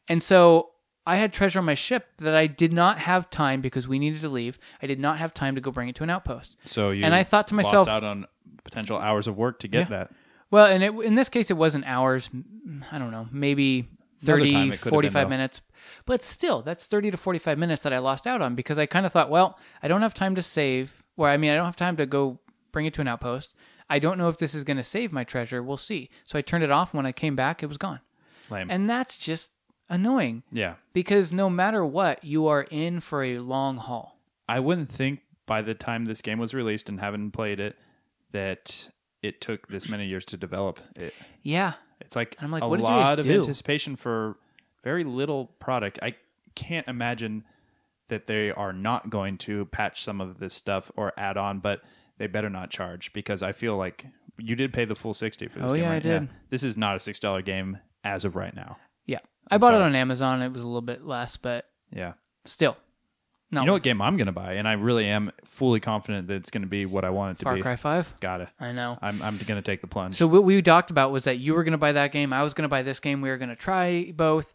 Speaker 2: And so I had treasure on my ship that I did not have time because we needed to leave. I did not have time to go bring it to an outpost.
Speaker 1: So you
Speaker 2: And I thought to
Speaker 1: lost
Speaker 2: myself-
Speaker 1: out on potential hours of work to get
Speaker 2: Yeah.
Speaker 1: that.
Speaker 2: Well, and it, in this case, it wasn't hours. m- I don't know, maybe
Speaker 1: Another
Speaker 2: 30,
Speaker 1: time it could have been,
Speaker 2: 45
Speaker 1: though.
Speaker 2: minutes. But still, that's 30 to 45 minutes that I lost out on because I kind of thought, well, I don't have time to save. Well, I mean, I don't have time to go bring it to an outpost. I don't know if this is going to save my treasure. We'll see. So I turned it off. When I came back, it was gone.
Speaker 1: Lame.
Speaker 2: And that's just annoying
Speaker 1: yeah.
Speaker 2: because no matter what, you are in for a long haul.
Speaker 1: I wouldn't think by the time this game was released and having played it that it took this many years to develop it.
Speaker 2: Yeah.
Speaker 1: It's like,
Speaker 2: I'm like,
Speaker 1: a
Speaker 2: what did you guys
Speaker 1: lot of
Speaker 2: do?
Speaker 1: anticipation for very little product. I can't imagine that they are not going to patch some of this stuff or add on, but they better not charge because I feel like you did pay the full 60 for this
Speaker 2: Oh,
Speaker 1: game.
Speaker 2: yeah, I
Speaker 1: right?
Speaker 2: did.
Speaker 1: This is not a $6 game as of right now.
Speaker 2: Yeah. I bought it
Speaker 1: sorry.
Speaker 2: on Amazon. It was a little bit less, but
Speaker 1: Yeah.
Speaker 2: still. Not
Speaker 1: You know
Speaker 2: worth
Speaker 1: what game I'm going to buy, and I really am fully confident that it's going to be what I want it to
Speaker 2: Far
Speaker 1: be.
Speaker 2: Cry 5.
Speaker 1: Gotta.
Speaker 2: I know.
Speaker 1: I'm, I'm going to take the plunge.
Speaker 2: So what we talked about was that you were going to buy that game, I was going to buy this game, we were going to try both.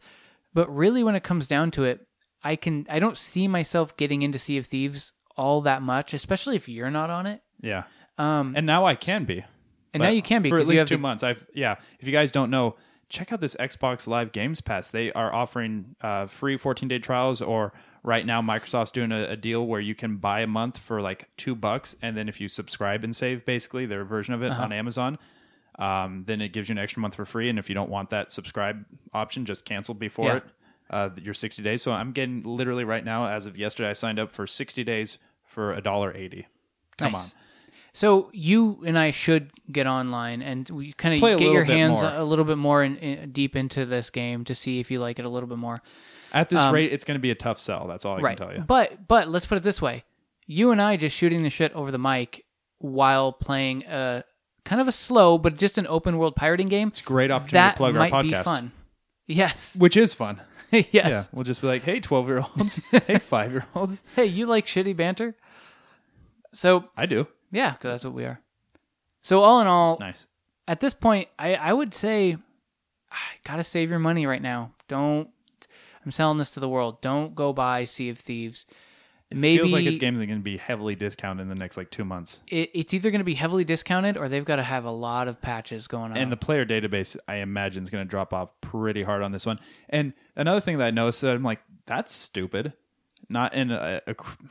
Speaker 2: But really when it comes down to it, I can I don't see myself getting into Sea of Thieves all that much, especially if you're not on it.
Speaker 1: yeah.
Speaker 2: Um and,
Speaker 1: And now I can be.
Speaker 2: now
Speaker 1: But
Speaker 2: you can be
Speaker 1: for at
Speaker 2: 'cause you
Speaker 1: least
Speaker 2: have
Speaker 1: two
Speaker 2: the-
Speaker 1: months. I've yeah. If you guys don't know, check out this Xbox Live Games Pass. They are offering uh, free 14 day trials, or right now Microsoft's doing a, a deal where you can buy a month for like two bucks, and then if you subscribe and save, basically their version of it
Speaker 2: Uh-huh.
Speaker 1: on Amazon. Um, then it gives you an extra month for free, and if you don't want that subscribe option, just cancel before
Speaker 2: Yeah.
Speaker 1: it uh, your 60 days. So I'm getting literally right now, as of yesterday, I signed up for 60 days for a dollar eighty. Come
Speaker 2: Nice.
Speaker 1: on,
Speaker 2: So you and I should get online and we kind
Speaker 1: Play a
Speaker 2: of get your
Speaker 1: little bit
Speaker 2: hands
Speaker 1: more.
Speaker 2: a little bit more in, in, deep into this game to see if you like it a little bit more.
Speaker 1: at this rate, it's going to be a tough sell. That's all I
Speaker 2: Um, right.
Speaker 1: can tell you.
Speaker 2: But but let's put it this way: you and I just shooting the shit over the mic while playing a kind of a slow but just an open world pirating game.
Speaker 1: It's a great opportunity
Speaker 2: That
Speaker 1: to plug
Speaker 2: might
Speaker 1: our podcast.
Speaker 2: be fun. Yes.
Speaker 1: Which is fun.
Speaker 2: yes.
Speaker 1: Yeah. We'll just be like, hey, 12 year olds, hey, five year olds.
Speaker 2: Hey, you like shitty banter? So
Speaker 1: I do.
Speaker 2: yeah, 'cause that's what we are. So all in all,
Speaker 1: Nice.
Speaker 2: at this point, I, I would say, ah, gotta save your money right now. Don't. I'm selling this to the world. Don't go buy Sea of Thieves. Maybe
Speaker 1: Feels like it's games that are going to be heavily discounted in the next like two months.
Speaker 2: it, it's either going to be heavily discounted or they've got to have a lot of patches going on.
Speaker 1: And the player database, I imagine, is going to drop off pretty hard on this one. And another thing that I noticed, that I'm like, that's stupid. Not in a, a cr-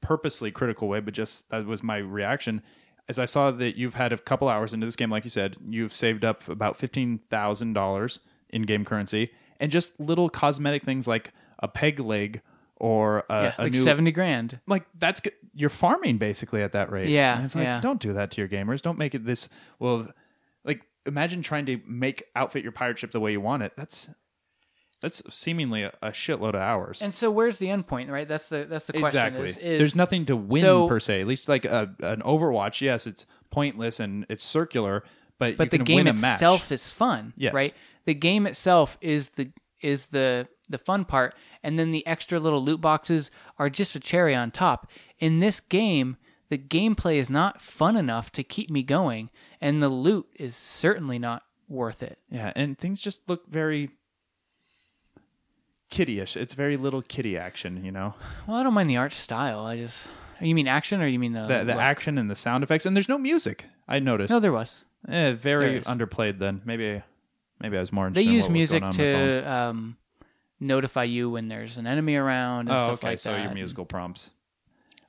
Speaker 1: purposely critical way, but just that was my reaction. As I saw that you've had a couple hours into this game, like you said, you've saved up about $15,000 in game currency and just little cosmetic things like a peg leg or a,
Speaker 2: yeah,
Speaker 1: a
Speaker 2: like
Speaker 1: new.
Speaker 2: seventy grand.
Speaker 1: like that's g- you're farming basically at that rate.
Speaker 2: Yeah,
Speaker 1: And it's like
Speaker 2: yeah.
Speaker 1: don't do that to your gamers. Don't make it this well. Like imagine trying to make outfit your pirate ship the way you want it. That's that's seemingly a, a shitload of hours.
Speaker 2: And so, where's the end point, right? That's the that's the question.
Speaker 1: exactly.
Speaker 2: Is, is
Speaker 1: There's nothing to win
Speaker 2: So-
Speaker 1: per se. At least like a, an Overwatch. Yes, it's pointless and it's circular, but you
Speaker 2: but the
Speaker 1: can
Speaker 2: game
Speaker 1: win a match.
Speaker 2: itself is fun,
Speaker 1: Yes.
Speaker 2: right? The game itself is the is the the fun part, and then the extra little loot boxes are just a cherry on top. In this game, the gameplay is not fun enough to keep me going, and the loot is certainly not worth it.
Speaker 1: Yeah, and things just look very kiddyish. It's very little kiddie action, you know.
Speaker 2: Well, I don't mind the art style. I just you mean action or you mean the
Speaker 1: The, the
Speaker 2: Oh, look?
Speaker 1: action and the sound effects, and there's no music. I noticed.
Speaker 2: No, there was.
Speaker 1: Eh,
Speaker 2: There
Speaker 1: very
Speaker 2: is.
Speaker 1: underplayed then. Maybe maybe I was more
Speaker 2: They
Speaker 1: interested in
Speaker 2: use
Speaker 1: what was going on
Speaker 2: music
Speaker 1: on my phone.
Speaker 2: to um, notify you when there's an enemy around and
Speaker 1: Oh,
Speaker 2: stuff
Speaker 1: okay.
Speaker 2: like
Speaker 1: so
Speaker 2: that.
Speaker 1: your musical prompts.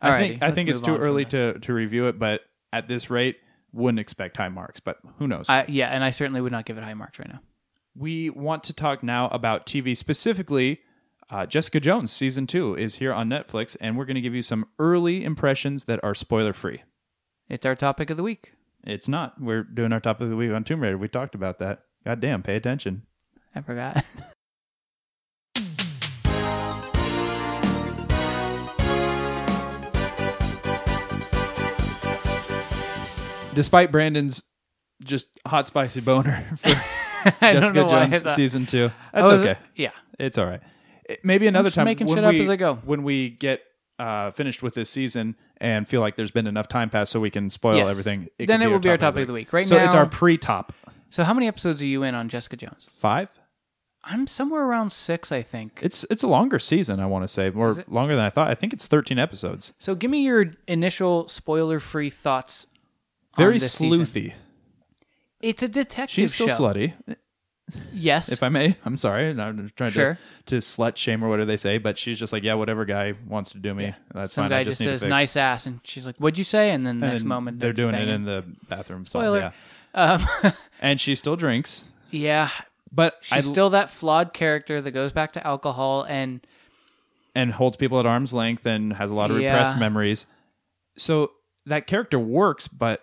Speaker 1: I
Speaker 2: Alrighty,
Speaker 1: think I
Speaker 2: let's
Speaker 1: think it's
Speaker 2: move
Speaker 1: too
Speaker 2: on from
Speaker 1: early
Speaker 2: there.
Speaker 1: to, to review it, but at this rate, wouldn't expect high marks, but who knows?
Speaker 2: I, yeah, and I certainly would not give it high marks right now.
Speaker 1: we want to talk now about TV specifically. Uh, Jessica Jones season two is here on Netflix, and we're going to give you some early impressions that are spoiler free.
Speaker 2: It's our topic of the week.
Speaker 1: It's not. We're doing our top of the week on Tomb Raider. We talked about that. God damn, pay attention.
Speaker 2: I forgot.
Speaker 1: Despite Brandon's just hot spicy boner for
Speaker 2: I don't know
Speaker 1: Jessica
Speaker 2: why Oh, I
Speaker 1: Jones
Speaker 2: thought-
Speaker 1: season two.
Speaker 2: I
Speaker 1: That's
Speaker 2: was-
Speaker 1: okay.
Speaker 2: Yeah,
Speaker 1: It's all right. It- maybe another
Speaker 2: just
Speaker 1: time
Speaker 2: making
Speaker 1: when
Speaker 2: shit up
Speaker 1: we-
Speaker 2: as I go.
Speaker 1: When we get uh, finished with this season and feel like there's been enough time passed so we can spoil
Speaker 2: Yes.
Speaker 1: everything,
Speaker 2: Then
Speaker 1: could
Speaker 2: it will be our topic of the week. Right
Speaker 1: so it's
Speaker 2: now-
Speaker 1: our pre-top
Speaker 2: So how many episodes are you in on Jessica Jones?
Speaker 1: five.
Speaker 2: I'm somewhere around six, I think.
Speaker 1: It's it's a longer season, I want to say, or longer than I thought. I think it's 13 episodes.
Speaker 2: So give me your initial spoiler-free thoughts. on
Speaker 1: Very
Speaker 2: this season.
Speaker 1: sleuthy.
Speaker 2: It's a detective
Speaker 1: She's still
Speaker 2: show.
Speaker 1: slutty,
Speaker 2: Yes.
Speaker 1: if I may. I'm sorry, and I'm just trying
Speaker 2: Sure.
Speaker 1: to to slut shame or whatever they say, but she's just like, yeah, whatever guy wants to do me, that's
Speaker 2: Some
Speaker 1: fine.
Speaker 2: guy
Speaker 1: I just,
Speaker 2: just,
Speaker 1: need
Speaker 2: says
Speaker 1: to fix.
Speaker 2: "nice ass," and she's like, "What'd you say?" And then the
Speaker 1: And
Speaker 2: next
Speaker 1: then
Speaker 2: moment
Speaker 1: they're doing it
Speaker 2: banging.
Speaker 1: in the bathroom. So,
Speaker 2: Spoiler.
Speaker 1: Yeah.
Speaker 2: Um,
Speaker 1: And she still drinks,
Speaker 2: yeah,
Speaker 1: but I
Speaker 2: she's still that flawed character that goes back to alcohol and
Speaker 1: and holds people at arm's length and has a lot of
Speaker 2: Yeah.
Speaker 1: repressed memories. So that character works, but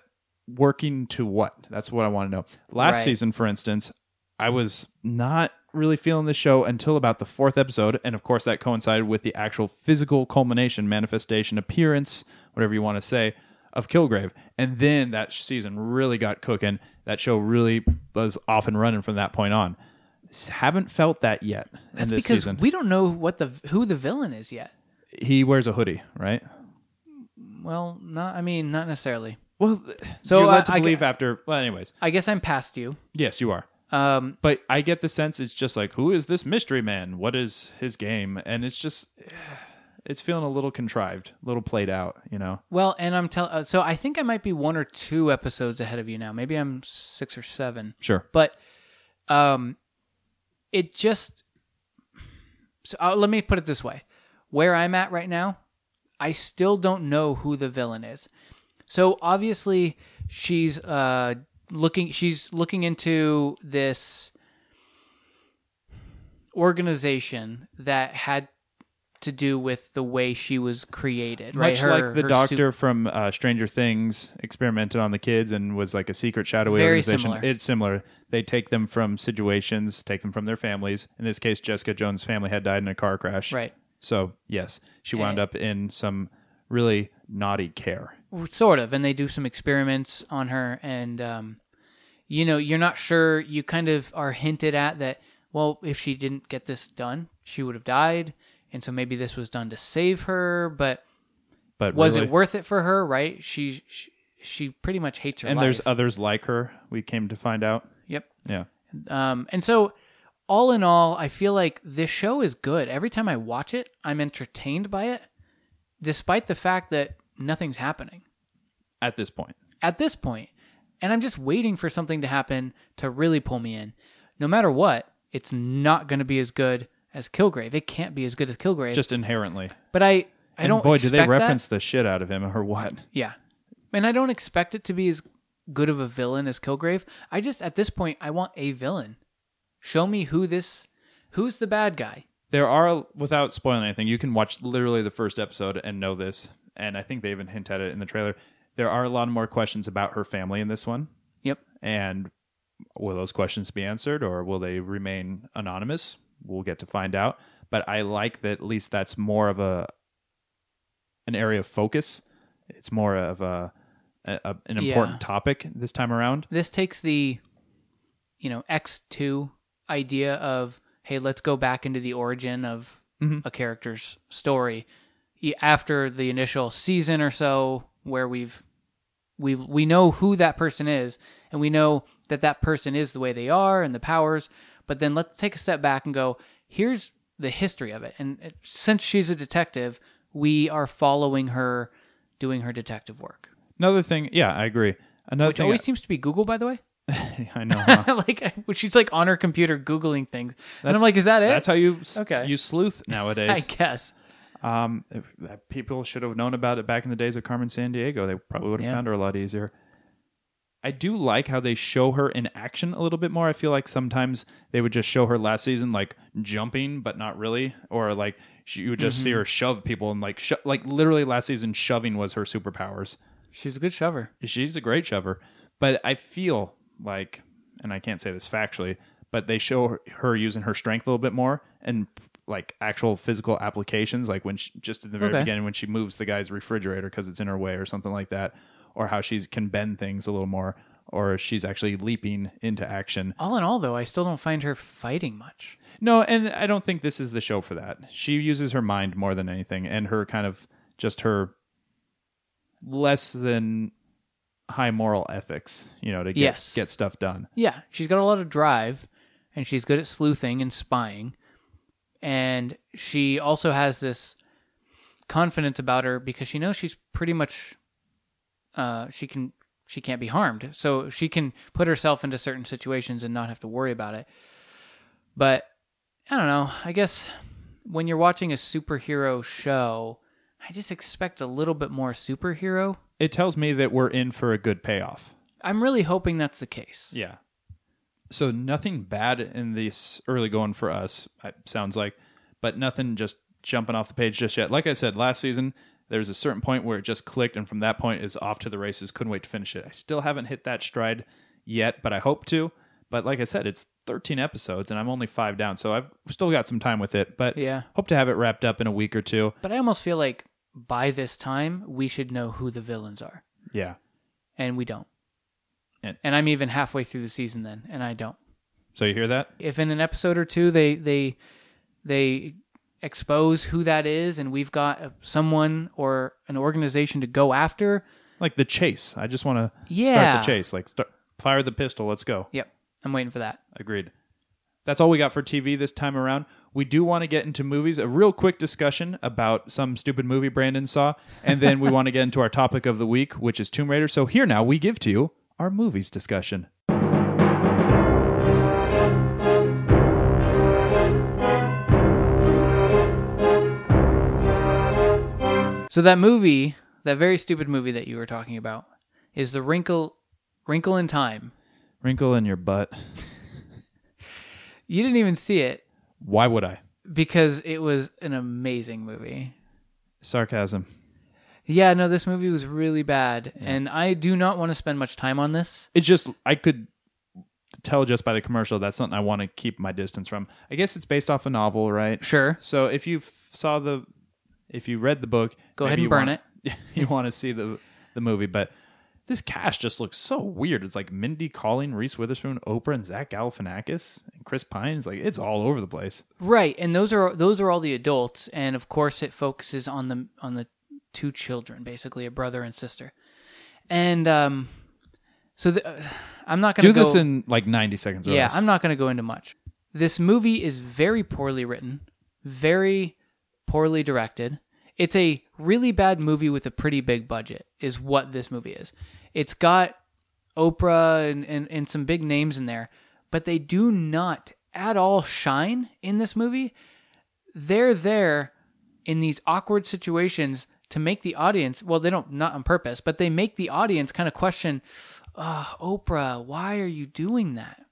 Speaker 1: working to what? That's what I want to know. Last
Speaker 2: Right.
Speaker 1: season, for instance, I was not really feeling the show until about the fourth episode. And of course, that coincided with the actual physical culmination, manifestation, appearance, whatever you want to say, of Kilgrave. And then that season really got cooking. That show really was off and running from that point on. S- Haven't felt that yet in
Speaker 2: that's
Speaker 1: this
Speaker 2: because
Speaker 1: season.
Speaker 2: we don't know what the who the villain is yet.
Speaker 1: he wears a hoodie, right?
Speaker 2: Well, not I mean not necessarily.
Speaker 1: Well,
Speaker 2: So,
Speaker 1: so you're
Speaker 2: uh,
Speaker 1: led to
Speaker 2: I g-
Speaker 1: believe after. Well, anyways,
Speaker 2: I guess I'm past you.
Speaker 1: yes, you are.
Speaker 2: Um,
Speaker 1: But I get the sense it's just like, who is this mystery man? What is his game? And it's just, eh, it's feeling a little contrived, a little played out, you know.
Speaker 2: well, and I'm tell uh, so I think I might be one or two episodes ahead of you now. Maybe I'm six or seven.
Speaker 1: Sure.
Speaker 2: but um it just so uh, let me put it this way where i'm at right now i still don't know who the villain is so obviously she's uh looking she's looking into this organization that had to do with the way she was created right
Speaker 1: Much
Speaker 2: Her-
Speaker 1: like the
Speaker 2: her suit-
Speaker 1: doctor from uh, Stranger Things experimented on the kids and was like a secret shadowy
Speaker 2: Very
Speaker 1: organization.
Speaker 2: similar.
Speaker 1: It's similar. They take them from situations, take them from their families. In this case, Jessica Jones' family had died in a car crash.
Speaker 2: right
Speaker 1: So, yes, she wound up in some really naughty care.
Speaker 2: sort of and they do some experiments on her and um, you know you're not sure you kind of are hinted at that well if she didn't get this done she would have died and so maybe this was done to save her but
Speaker 1: But
Speaker 2: was
Speaker 1: really,
Speaker 2: it worth it for her right she she, she pretty much hates her
Speaker 1: and
Speaker 2: life.
Speaker 1: there's others like her we came to find out
Speaker 2: yep
Speaker 1: yeah
Speaker 2: um, and so all in all i feel like this show is good every time i watch it i'm entertained by it despite the fact that nothing's happening
Speaker 1: at this point
Speaker 2: at this point, and I'm just waiting for something to happen to really pull me in. No matter what, it's not going to be as good as Kilgrave. It can't be as good as Kilgrave.
Speaker 1: just inherently
Speaker 2: but I, I
Speaker 1: and
Speaker 2: don't.
Speaker 1: boy do
Speaker 2: expect
Speaker 1: they
Speaker 2: that.
Speaker 1: reference the shit out of him or what
Speaker 2: Yeah, and I don't expect it to be as good of a villain as Kilgrave. I just at this point, I want a villain. Show me who this, who's the bad guy.
Speaker 1: there are without spoiling anything you can watch literally the first episode and know this and i think they even hint at it in the trailer there are a lot more questions about her family in this one
Speaker 2: Yep.
Speaker 1: and will those questions be answered or will they remain anonymous we'll get to find out but i like that at least that's more of a an area of focus it's more of a, a, a- an
Speaker 2: Yeah.
Speaker 1: important topic this time around
Speaker 2: This takes the, you know, X two idea of hey, let's go back into the origin of a character's story e- after the initial season or so, where we've we we know who that person is, and we know that that person is the way they are and the powers. But then let's take a step back and go, here's the history of it. And it, since she's a detective, we are following her doing her detective work,
Speaker 1: another thing yeah i agree another
Speaker 2: which
Speaker 1: thing
Speaker 2: always seems to be Google, by the way.
Speaker 1: i know huh?
Speaker 2: like I- she's like on her computer googling things, and I'm
Speaker 1: That's-
Speaker 2: like, is that it?
Speaker 1: that's how you s-
Speaker 2: Okay.
Speaker 1: you sleuth
Speaker 2: I
Speaker 1: nowadays
Speaker 2: guess.
Speaker 1: um if- people should have known about it back in the days of carmen san diego they probably would have
Speaker 2: Yeah.
Speaker 1: found her a lot easier i do like how they show her in action a little bit more i feel like sometimes they would just show her last season like jumping but not really or like she, you would just see her shove people and like sho- like literally last season shoving was her superpowers
Speaker 2: She's a good shover.
Speaker 1: she's a great shover. But I feel like, and I can't say this factually, but they show her, her using her strength a little bit more and like actual physical applications, like when she, just in the very
Speaker 2: Okay.
Speaker 1: beginning when she moves the guy's refrigerator because it's in her way or something like that, or how she can bend things a little more, or she's actually leaping into action.
Speaker 2: All in all, though, I still don't find her fighting much.
Speaker 1: No, and I don't think this is the show for that. She uses her mind more than anything, and her kind of just her less than high moral ethics, you know, to get
Speaker 2: Yes.
Speaker 1: get stuff done.
Speaker 2: Yeah, she's got a lot of drive, and she's good at sleuthing and spying. And she also has this confidence about her because she knows she's pretty much uh, she can she can't be harmed. So she can put herself into certain situations and not have to worry about it. But I don't know. I guess when you're watching a superhero show, I just expect a little bit more superhero.
Speaker 1: It tells me that we're in for a good payoff.
Speaker 2: I'm really hoping that's the case.
Speaker 1: Yeah. So nothing bad in this early going for us, it sounds like, but nothing just jumping off the page just yet. Like I said last season, there's a certain point where it just clicked, and from that point is off to the races. Couldn't wait to finish it. I still haven't hit that stride yet, but I hope to. But like I said, it's 13 episodes, and I'm only five down, so I've still got some time with it. But
Speaker 2: Yeah.
Speaker 1: hope to have it wrapped up in a week or two.
Speaker 2: But I almost feel like by this time we should know who the villains are,
Speaker 1: Yeah.
Speaker 2: and we don't.
Speaker 1: And-
Speaker 2: and I'm even halfway through the season then, and I don't.
Speaker 1: So you hear that?
Speaker 2: if in an episode or two they they they expose who that is and we've got uh, someone or an organization to go after
Speaker 1: Like the chase. I just want to
Speaker 2: Yeah.
Speaker 1: start the chase. Like start, fire the pistol. Let's go.
Speaker 2: yep i'm waiting for that
Speaker 1: Agreed. That's all we got for TV this time around. We do want to get into movies. A real quick discussion about some stupid movie Brandon saw, and then we want to get into our topic of the week, which is Tomb Raider. So here now we give to you our movies discussion.
Speaker 2: so that movie that very stupid movie that you were talking about is the wrinkle wrinkle in time
Speaker 1: Wrinkle in your butt.
Speaker 2: you didn't even see it
Speaker 1: Why would I?
Speaker 2: because it was an amazing movie
Speaker 1: Sarcasm.
Speaker 2: yeah no this movie was really bad and i do not want to spend much time on this
Speaker 1: It's just I could tell just by the commercial that's something I want to keep my distance from. I guess it's based off a novel, right?
Speaker 2: sure
Speaker 1: So if you f- saw the, if you read the book,
Speaker 2: Go ahead
Speaker 1: maybe
Speaker 2: and
Speaker 1: you
Speaker 2: burn
Speaker 1: wanna- you want to see the the movie, but this cast just looks so weird. It's like Mindy Kaling, Reese Witherspoon, Oprah, and Zach Galifianakis, and Chris Pine. It's like it's all over the place.
Speaker 2: Right, and those are those are all the adults, and of course it focuses on the on the two children, basically a brother and sister, and um, so the, uh, I'm not gonna
Speaker 1: Do this
Speaker 2: go-
Speaker 1: in like ninety seconds. Or
Speaker 2: yeah,
Speaker 1: less.
Speaker 2: I'm not gonna go into much. This movie is very poorly written, very poorly directed. It's a really bad movie with a pretty big budget, is what this movie is. It's got Oprah and, and, and some big names in there, but they do not at all shine in this movie. They're there in these awkward situations to make the audience, well, they don't, not on purpose, but they make the audience kind of question, oh, Oprah, why are you doing that?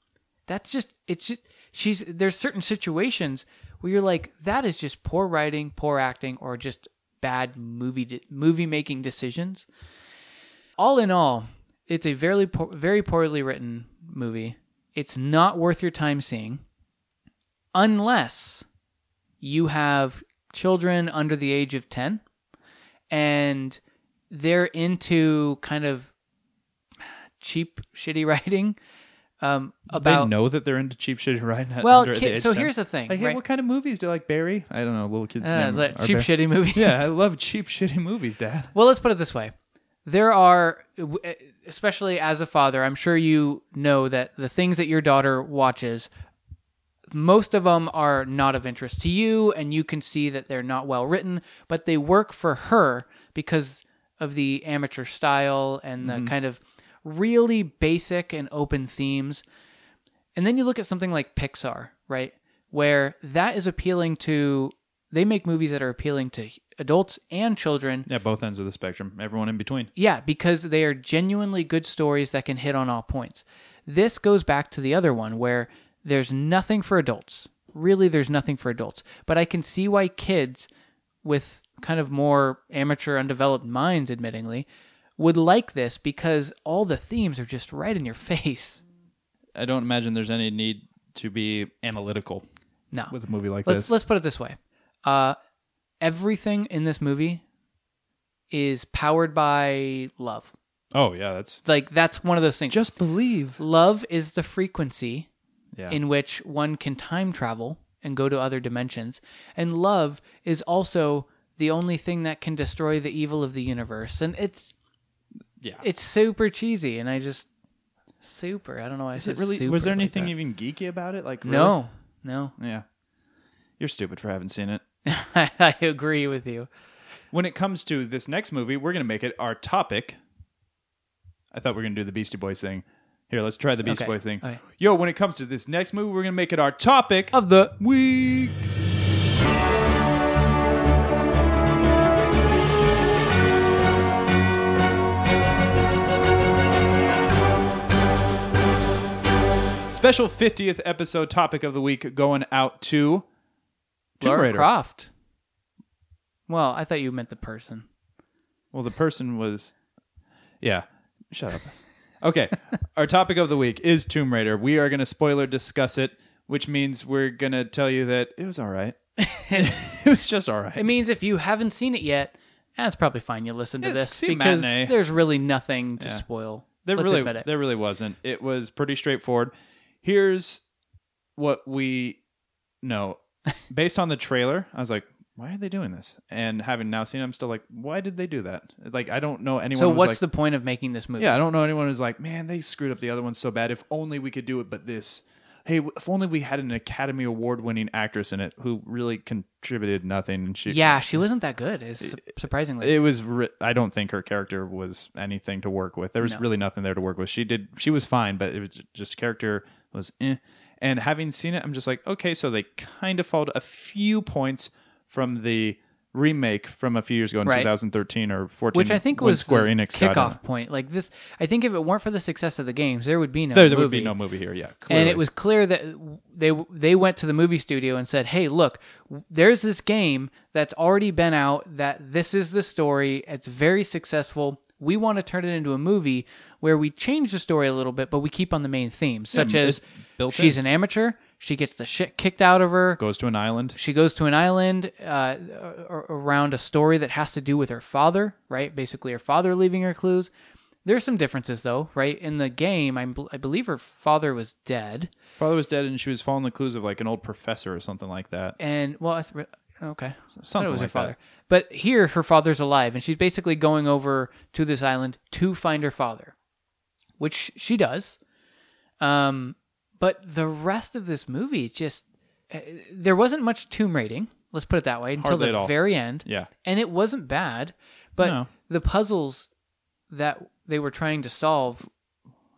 Speaker 2: That's just, it's just, she's, there's certain situations where you're like, that is just poor writing, poor acting, or just bad movie, de- movie making decisions all in all, it's a very po- very poorly written movie. It's not worth your time seeing unless you have children under the age of 10 and they're into kind of cheap shitty writing um about
Speaker 1: they know that they're into cheap shit right now.
Speaker 2: well
Speaker 1: under the
Speaker 2: kid,
Speaker 1: age
Speaker 2: so
Speaker 1: 10.
Speaker 2: here's the thing
Speaker 1: Like, hey,
Speaker 2: right?
Speaker 1: what kind of movies do you like, Barry? I don't know, little kids.
Speaker 2: Uh,
Speaker 1: name
Speaker 2: like
Speaker 1: are
Speaker 2: cheap
Speaker 1: Barry.
Speaker 2: shitty movies
Speaker 1: Yeah, I love cheap shitty movies, Dad.
Speaker 2: Well, let's put it this way. There are, eh, especially as a father, I'm sure you know that the things that your daughter watches, most of them are not of interest to you, and you can see that they're not well written, but they work for her because of the amateur style and the kind of really basic and open themes. And then you look at something like Pixar, right? Where that is appealing to, they make movies that are appealing to adults and children
Speaker 1: Yeah, both ends of the spectrum. Everyone in between.
Speaker 2: yeah, because they are genuinely good stories that can hit on all points. This goes back to the other one where there's nothing for adults. Really, there's nothing for adults. But I can see why kids with kind of more amateur, undeveloped minds, admittingly, would like this because all the themes are just right in your face.
Speaker 1: I don't imagine there's any need to be analytical
Speaker 2: No.
Speaker 1: with a movie like
Speaker 2: let's
Speaker 1: this.
Speaker 2: let's put it this way. Uh, everything in this movie is powered by love.
Speaker 1: oh yeah, that's
Speaker 2: Like that's one of those things.
Speaker 1: just believe.
Speaker 2: Love is the frequency
Speaker 1: Yeah.
Speaker 2: in which one can time travel and go to other dimensions. And love is also the only thing that can destroy the evil of the universe. And it's
Speaker 1: Yeah.
Speaker 2: it's super cheesy and I just Super. I don't know why I
Speaker 1: Is
Speaker 2: said
Speaker 1: it really?
Speaker 2: super
Speaker 1: was there
Speaker 2: like
Speaker 1: anything
Speaker 2: that.
Speaker 1: even geeky about it? Like really?
Speaker 2: No, no.
Speaker 1: Yeah, you're stupid for having seen it.
Speaker 2: I agree with you.
Speaker 1: When it comes to this next movie, we're gonna make it our topic. I thought we were gonna do the Beastie Boys thing. Here, let's try the Beastie
Speaker 2: Okay.
Speaker 1: Boys thing.
Speaker 2: Okay. Oh.
Speaker 1: Yo, when it comes to this next movie, we're gonna make it our topic.
Speaker 2: Of the
Speaker 1: week. Special 50th episode topic of the week going out to Tomb
Speaker 2: Laura
Speaker 1: Raider.
Speaker 2: Croft. Well, I thought you meant the person.
Speaker 1: Well, the person was. Yeah. Shut up. Okay. Our topic of the week is Tomb Raider. We are going to spoiler discuss it, which means we're going to tell you that it was all right. it was just all right.
Speaker 2: It means if you haven't seen it yet, that's probably fine. You listen to
Speaker 1: Yeah,
Speaker 2: this
Speaker 1: see
Speaker 2: because
Speaker 1: matinee.
Speaker 2: there's really nothing to spoil.
Speaker 1: There
Speaker 2: Let's
Speaker 1: really,
Speaker 2: admit it.
Speaker 1: there really wasn't. It was pretty straightforward. Here's what we know based on the trailer. I was like, why are they doing this? And having now seen, it, I'm still like, why did they do that? Like, I don't know anyone.
Speaker 2: So
Speaker 1: who's
Speaker 2: what's
Speaker 1: like,
Speaker 2: the point of making this movie?
Speaker 1: Yeah, I don't know anyone who's like, man, they screwed up the other one so bad. If only we could do it, but this. Hey, if only we had an Academy Award winning actress in it who really contributed nothing. And she,
Speaker 2: Yeah, she wasn't that good. Is su- surprisingly.
Speaker 1: it was. Ri- I don't think her character was anything to work with. There was
Speaker 2: No.
Speaker 1: really nothing there to work with. She did. She was fine, but it was ju- just character was. Eh. And having seen it, I'm just like, okay, so they kind of followed a few points from the remake from a few years ago in
Speaker 2: Right.
Speaker 1: 2013 or 14,
Speaker 2: which I think
Speaker 1: when
Speaker 2: was
Speaker 1: Square
Speaker 2: the
Speaker 1: Enix got in it.
Speaker 2: kickoff point. Like this, I think if it weren't for the success of the games, there would be no
Speaker 1: There, there
Speaker 2: movie.
Speaker 1: would be no movie here. Yeah,
Speaker 2: and
Speaker 1: clearly.
Speaker 2: it was clear that they they went to the movie studio and said, "Hey, look, there's this game that's already been out. That this is the story. It's very successful. We want to turn it into a movie where we change the story a little bit, but we keep on the main themes, such as
Speaker 1: it's built
Speaker 2: she's an amateur, she gets the shit kicked out of her,
Speaker 1: goes to an island.
Speaker 2: she goes to an island uh, ar- around a story that has to do with her father, right? Basically, her father leaving her clues. There's some differences, though, right? In the game, I, I believe her father was dead,
Speaker 1: Father was dead, and she was following the clues of like an old professor or something like that.
Speaker 2: and well, I th- okay, thought
Speaker 1: Something
Speaker 2: it was her
Speaker 1: like that.
Speaker 2: father. But here, her father's alive, and she's basically going over to this island to find her father, which she does. Um, but the rest of this movie just eh, there wasn't much tomb raiding. Let's put it that way until
Speaker 1: Hardly at
Speaker 2: the
Speaker 1: all.
Speaker 2: very end.
Speaker 1: Yeah,
Speaker 2: and it wasn't bad, but
Speaker 1: No.
Speaker 2: the puzzles that they were trying to solve,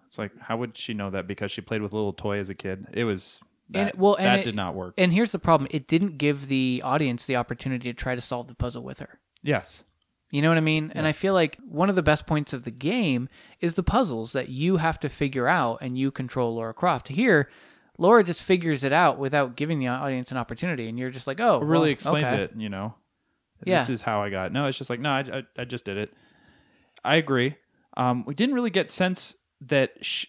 Speaker 1: it's like how would she know that because she played with a little toy as a kid? It was
Speaker 2: And
Speaker 1: that,
Speaker 2: it- well, and
Speaker 1: that
Speaker 2: it-
Speaker 1: did not work.
Speaker 2: and here's the problem: it didn't give the audience the opportunity to try to solve the puzzle with her.
Speaker 1: yes,
Speaker 2: You know what I mean? And I feel like one of the best points of the game is the puzzles that you have to figure out and you control Laura Croft. Here, Laura just figures it out without giving the audience an opportunity, and you're just like, oh,
Speaker 1: it really
Speaker 2: well,
Speaker 1: explains
Speaker 2: okay.
Speaker 1: it. You know,
Speaker 2: Yeah.
Speaker 1: this is how I got. No, it's just like no, I, I, I just did it. I agree. Um, we didn't really get sense that sh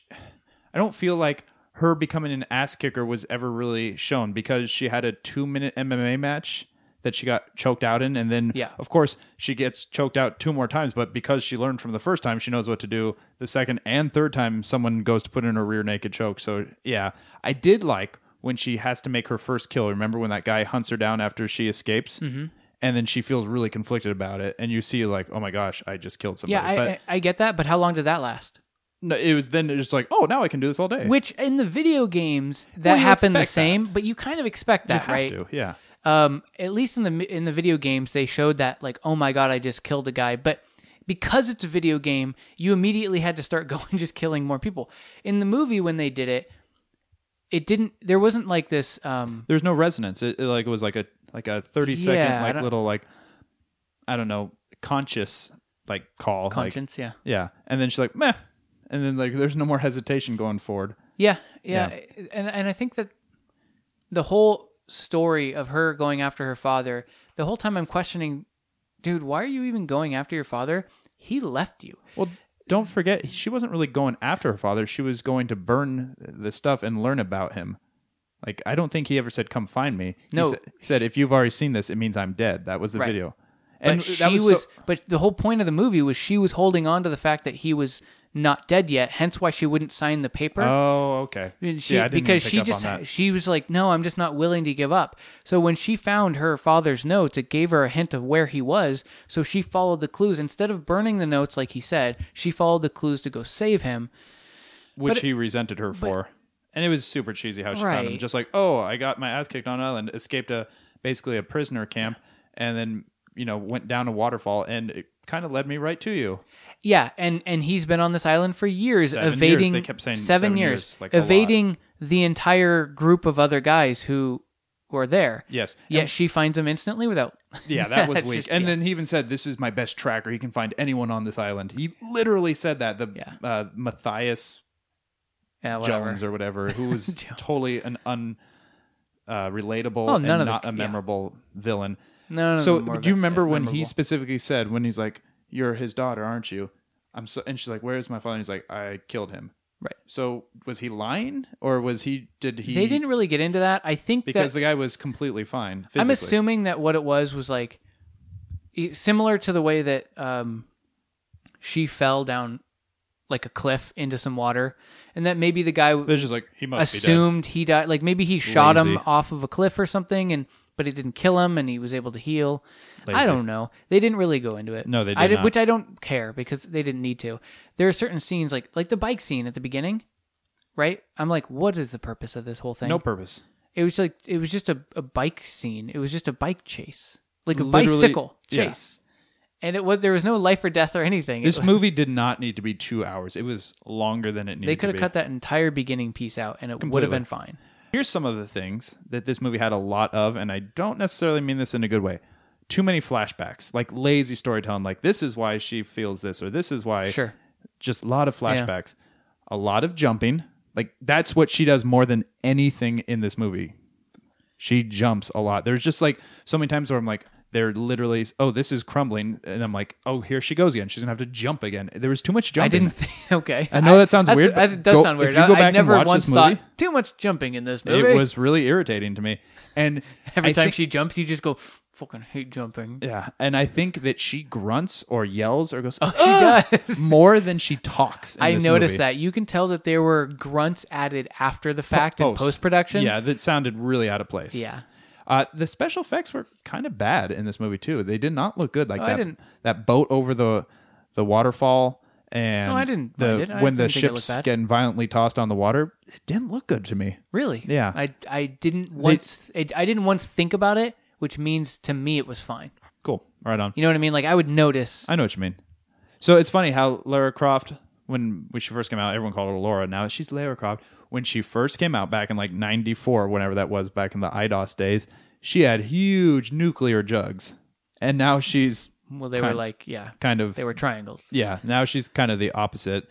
Speaker 1: I don't feel like her becoming an ass kicker was ever really shown because she had a two minute MMA match that she got choked out in, and then
Speaker 2: Yeah.
Speaker 1: of course she gets choked out two more times. But because she learned from the first time, she knows what to do. The second and third time, someone goes to put in a rear naked choke. So yeah, I did like when she has to make her first kill. Remember when that guy hunts her down after she escapes? Mm-hmm. And then she feels really conflicted about it, and you see like, oh my gosh, I just killed somebody.
Speaker 2: Yeah, I,
Speaker 1: but
Speaker 2: I, I get that, but how long did that last?
Speaker 1: no, it was then just like, oh, now I can do this all day.
Speaker 2: Which in the video games that
Speaker 1: Well, you
Speaker 2: happened the
Speaker 1: expect that.
Speaker 2: same, but you kind of expect
Speaker 1: You
Speaker 2: that,
Speaker 1: have
Speaker 2: right?
Speaker 1: to, yeah.
Speaker 2: um, at least in the in the video games, they showed that like, oh my god, I just killed a guy. But because it's a video game, you immediately had to start going just killing more people. In the movie, when they did it, it didn't. There wasn't like this. Um,
Speaker 1: There's no resonance. It, it, like it was like a like a thirty second
Speaker 2: Yeah, I
Speaker 1: like
Speaker 2: don't-
Speaker 1: little like I don't know conscious like call like-
Speaker 2: conscience, yeah.
Speaker 1: yeah, and then she's like meh, and then like there's no more hesitation going forward.
Speaker 2: yeah, yeah, And and I think that the whole story of her going after her father, the whole time I'm questioning, dude, why are you even going after your father? He left you.
Speaker 1: Well, don't forget she wasn't really going after her father. She was going to burn the stuff and learn about him. Like I don't think he ever said come find me.
Speaker 2: No.
Speaker 1: he sa- he said if you've already seen this, it means I'm dead. That was the
Speaker 2: Right.
Speaker 1: video.
Speaker 2: and
Speaker 1: that
Speaker 2: she was,
Speaker 1: so-
Speaker 2: but the whole point of the movie was she was holding on to the fact that he was not dead yet hence why she wouldn't sign the paper
Speaker 1: oh okay
Speaker 2: And she-
Speaker 1: yeah, I didn't even
Speaker 2: because
Speaker 1: pick
Speaker 2: she
Speaker 1: up on
Speaker 2: just
Speaker 1: that.
Speaker 2: she was like no i'm just not willing to give up so when she found her father's notes it gave her a hint of where he was so she followed the clues instead of burning the notes like he said she followed the clues to go save him
Speaker 1: which
Speaker 2: But it-
Speaker 1: he resented her for. And it was super cheesy how she found him.
Speaker 2: Right.
Speaker 1: Just like, oh, I got my ass kicked on an island, escaped a basically a prisoner camp, and then you know went down a waterfall, and it kind of led me right to you.
Speaker 2: Yeah, and and he's been on this island for years,
Speaker 1: Seven years.
Speaker 2: evading.
Speaker 1: They kept saying
Speaker 2: seven,
Speaker 1: seven
Speaker 2: years,
Speaker 1: years, like, a lot.
Speaker 2: evading the entire group of other guys who were there.
Speaker 1: Yes.
Speaker 2: Yet she finds him instantly without.
Speaker 1: Yeah, that was
Speaker 2: It's
Speaker 1: weak.
Speaker 2: just-
Speaker 1: and
Speaker 2: yeah.
Speaker 1: then he even said, "This is my best tracker. He can find anyone on this island." He literally said that. The
Speaker 2: Yeah.
Speaker 1: uh, Matthias
Speaker 2: Yeah, whatever.
Speaker 1: Jones or whatever, who was totally an un uh, relatable
Speaker 2: Oh,
Speaker 1: and
Speaker 2: none of the-
Speaker 1: not
Speaker 2: yeah.
Speaker 1: a memorable villain.
Speaker 2: no, no, no.
Speaker 1: so,
Speaker 2: more
Speaker 1: do you
Speaker 2: about-
Speaker 1: remember
Speaker 2: yeah,
Speaker 1: when he
Speaker 2: memorable.
Speaker 1: specifically said when he's like, "You're his daughter, aren't you?" I'm so, and she's like, "Where's my father?" And he's like, "I killed him."
Speaker 2: Right.
Speaker 1: So, was he lying, or was he? Did he?
Speaker 2: They didn't really get into that. I think that,
Speaker 1: because the guy was completely fine. Physically.
Speaker 2: I'm assuming that what it was was like e- similar to the way that um, she fell down like a cliff into some water, and that maybe the guy
Speaker 1: It was just like he must be dead.
Speaker 2: assumed he died. Like maybe he shot him
Speaker 1: Lazy.
Speaker 2: off of a cliff or something, and but it didn't kill him, and he was able to heal. I
Speaker 1: Lazy.
Speaker 2: don't know. They didn't really go into it.
Speaker 1: No, they
Speaker 2: I
Speaker 1: did
Speaker 2: which I don't care because they didn't need to. There are certain scenes like like the bike scene at the beginning, right? I'm like, what is the purpose of this whole thing?
Speaker 1: No purpose.
Speaker 2: It was like it was just a, a bike scene. It was just a bike chase, like a
Speaker 1: Literally-
Speaker 2: bicycle
Speaker 1: yeah.
Speaker 2: chase, and it was there was no life or death or anything. It
Speaker 1: This
Speaker 2: was-
Speaker 1: movie did not need to be two hours. It was longer than it needed.
Speaker 2: They could
Speaker 1: to
Speaker 2: have
Speaker 1: be.
Speaker 2: cut that entire beginning piece out, and it would have
Speaker 1: Completely.
Speaker 2: been fine.
Speaker 1: Here's some of the things that this movie had a lot of, and I don't necessarily mean this in a good way. Too many flashbacks, like lazy storytelling. Like this is why she feels this, or this is why.
Speaker 2: Sure.
Speaker 1: Just a lot of flashbacks, a lot of jumping. Like that's what she does more than anything in this movie. She jumps a lot. There's just like so many times where I'm like, they're literally, oh, this is crumbling, and I'm like, oh, here she goes again. She's gonna have to jump again. There was too much jumping.
Speaker 2: I didn't think. Okay,
Speaker 1: I know that sounds
Speaker 2: that's-
Speaker 1: weird, but
Speaker 2: That does
Speaker 1: go-
Speaker 2: sound
Speaker 1: if
Speaker 2: weird.
Speaker 1: you go
Speaker 2: I, I
Speaker 1: back and
Speaker 2: never
Speaker 1: watch
Speaker 2: once
Speaker 1: this movie-
Speaker 2: thought too much jumping in this movie.
Speaker 1: It was really irritating to me. And
Speaker 2: every
Speaker 1: I
Speaker 2: time
Speaker 1: think-
Speaker 2: she jumps, you just go fucking hate jumping.
Speaker 1: yeah, and I think that she grunts or yells or goes
Speaker 2: Oh,
Speaker 1: "Ah!"
Speaker 2: She does.
Speaker 1: more than she talks. in
Speaker 2: I
Speaker 1: this
Speaker 2: noticed
Speaker 1: movie.
Speaker 2: that. You can tell that there were grunts added after the fact in
Speaker 1: Post.
Speaker 2: post production.
Speaker 1: Yeah, that sounded really out of place.
Speaker 2: Yeah.
Speaker 1: Uh, the special effects were kind of bad in this movie too. They did not look good. Like
Speaker 2: Oh, I
Speaker 1: that
Speaker 2: didn't-
Speaker 1: that boat over the the waterfall and
Speaker 2: No, Oh, I didn't
Speaker 1: the
Speaker 2: mind it. I
Speaker 1: when the
Speaker 2: didn't think it looked
Speaker 1: ships
Speaker 2: bad.
Speaker 1: getting violently tossed on the water, it didn't look good to me.
Speaker 2: Really?
Speaker 1: Yeah.
Speaker 2: I I didn't once I, I didn't once think about it, which means to me it was fine.
Speaker 1: Cool. Right on.
Speaker 2: You know what I mean? Like I would notice.
Speaker 1: I know what you mean. So it's funny how Lara Croft, when when she first came out, everyone called her Laura. Now she's Lara Croft. When she first came out back in like '94, whenever that was, back in the IDOS days, she had huge nuclear jugs, and now she's
Speaker 2: well, they were
Speaker 1: kind-
Speaker 2: like, yeah,
Speaker 1: kind of
Speaker 2: they were triangles.
Speaker 1: yeah. Now she's kind of the opposite.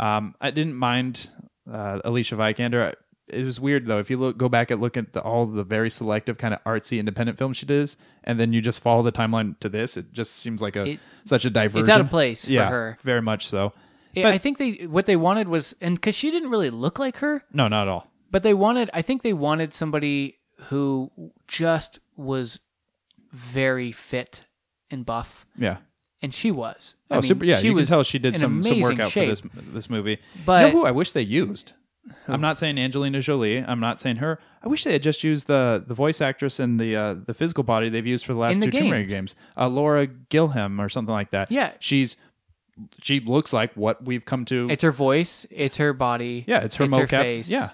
Speaker 1: Um, I didn't mind uh, Alicia Vikander. I- It was weird though. If you look, go back and look at the, all the very selective kind of artsy independent films she does, and then you just follow the timeline to this, it just seems like a
Speaker 2: It-
Speaker 1: such a diversion.
Speaker 2: place for
Speaker 1: yeah,
Speaker 2: her.
Speaker 1: Very much so.
Speaker 2: Yeah, I think they what they wanted was and because she didn't really look like her,
Speaker 1: No, not at all.
Speaker 2: but they wanted I think they wanted somebody who just was very fit and buff,
Speaker 1: Yeah.
Speaker 2: and she was.
Speaker 1: Oh,
Speaker 2: I mean,
Speaker 1: super. Yeah,
Speaker 2: she
Speaker 1: you can
Speaker 2: was
Speaker 1: tell she did
Speaker 2: in
Speaker 1: some some
Speaker 2: amazing
Speaker 1: workout
Speaker 2: shape.
Speaker 1: for this this movie.
Speaker 2: But-
Speaker 1: you know who I wish they used. I'm not saying Angelina Jolie. I'm not saying her. I wish they had just used the the voice actress and the uh, the physical body they've used for the last
Speaker 2: In the
Speaker 1: two Tomb Raider games. Uh, Laura Gilham or something like that.
Speaker 2: Yeah.
Speaker 1: she's she looks like what we've come to.
Speaker 2: It's her voice. It's her body.
Speaker 1: yeah, it's her mocap.
Speaker 2: face.
Speaker 1: Yeah,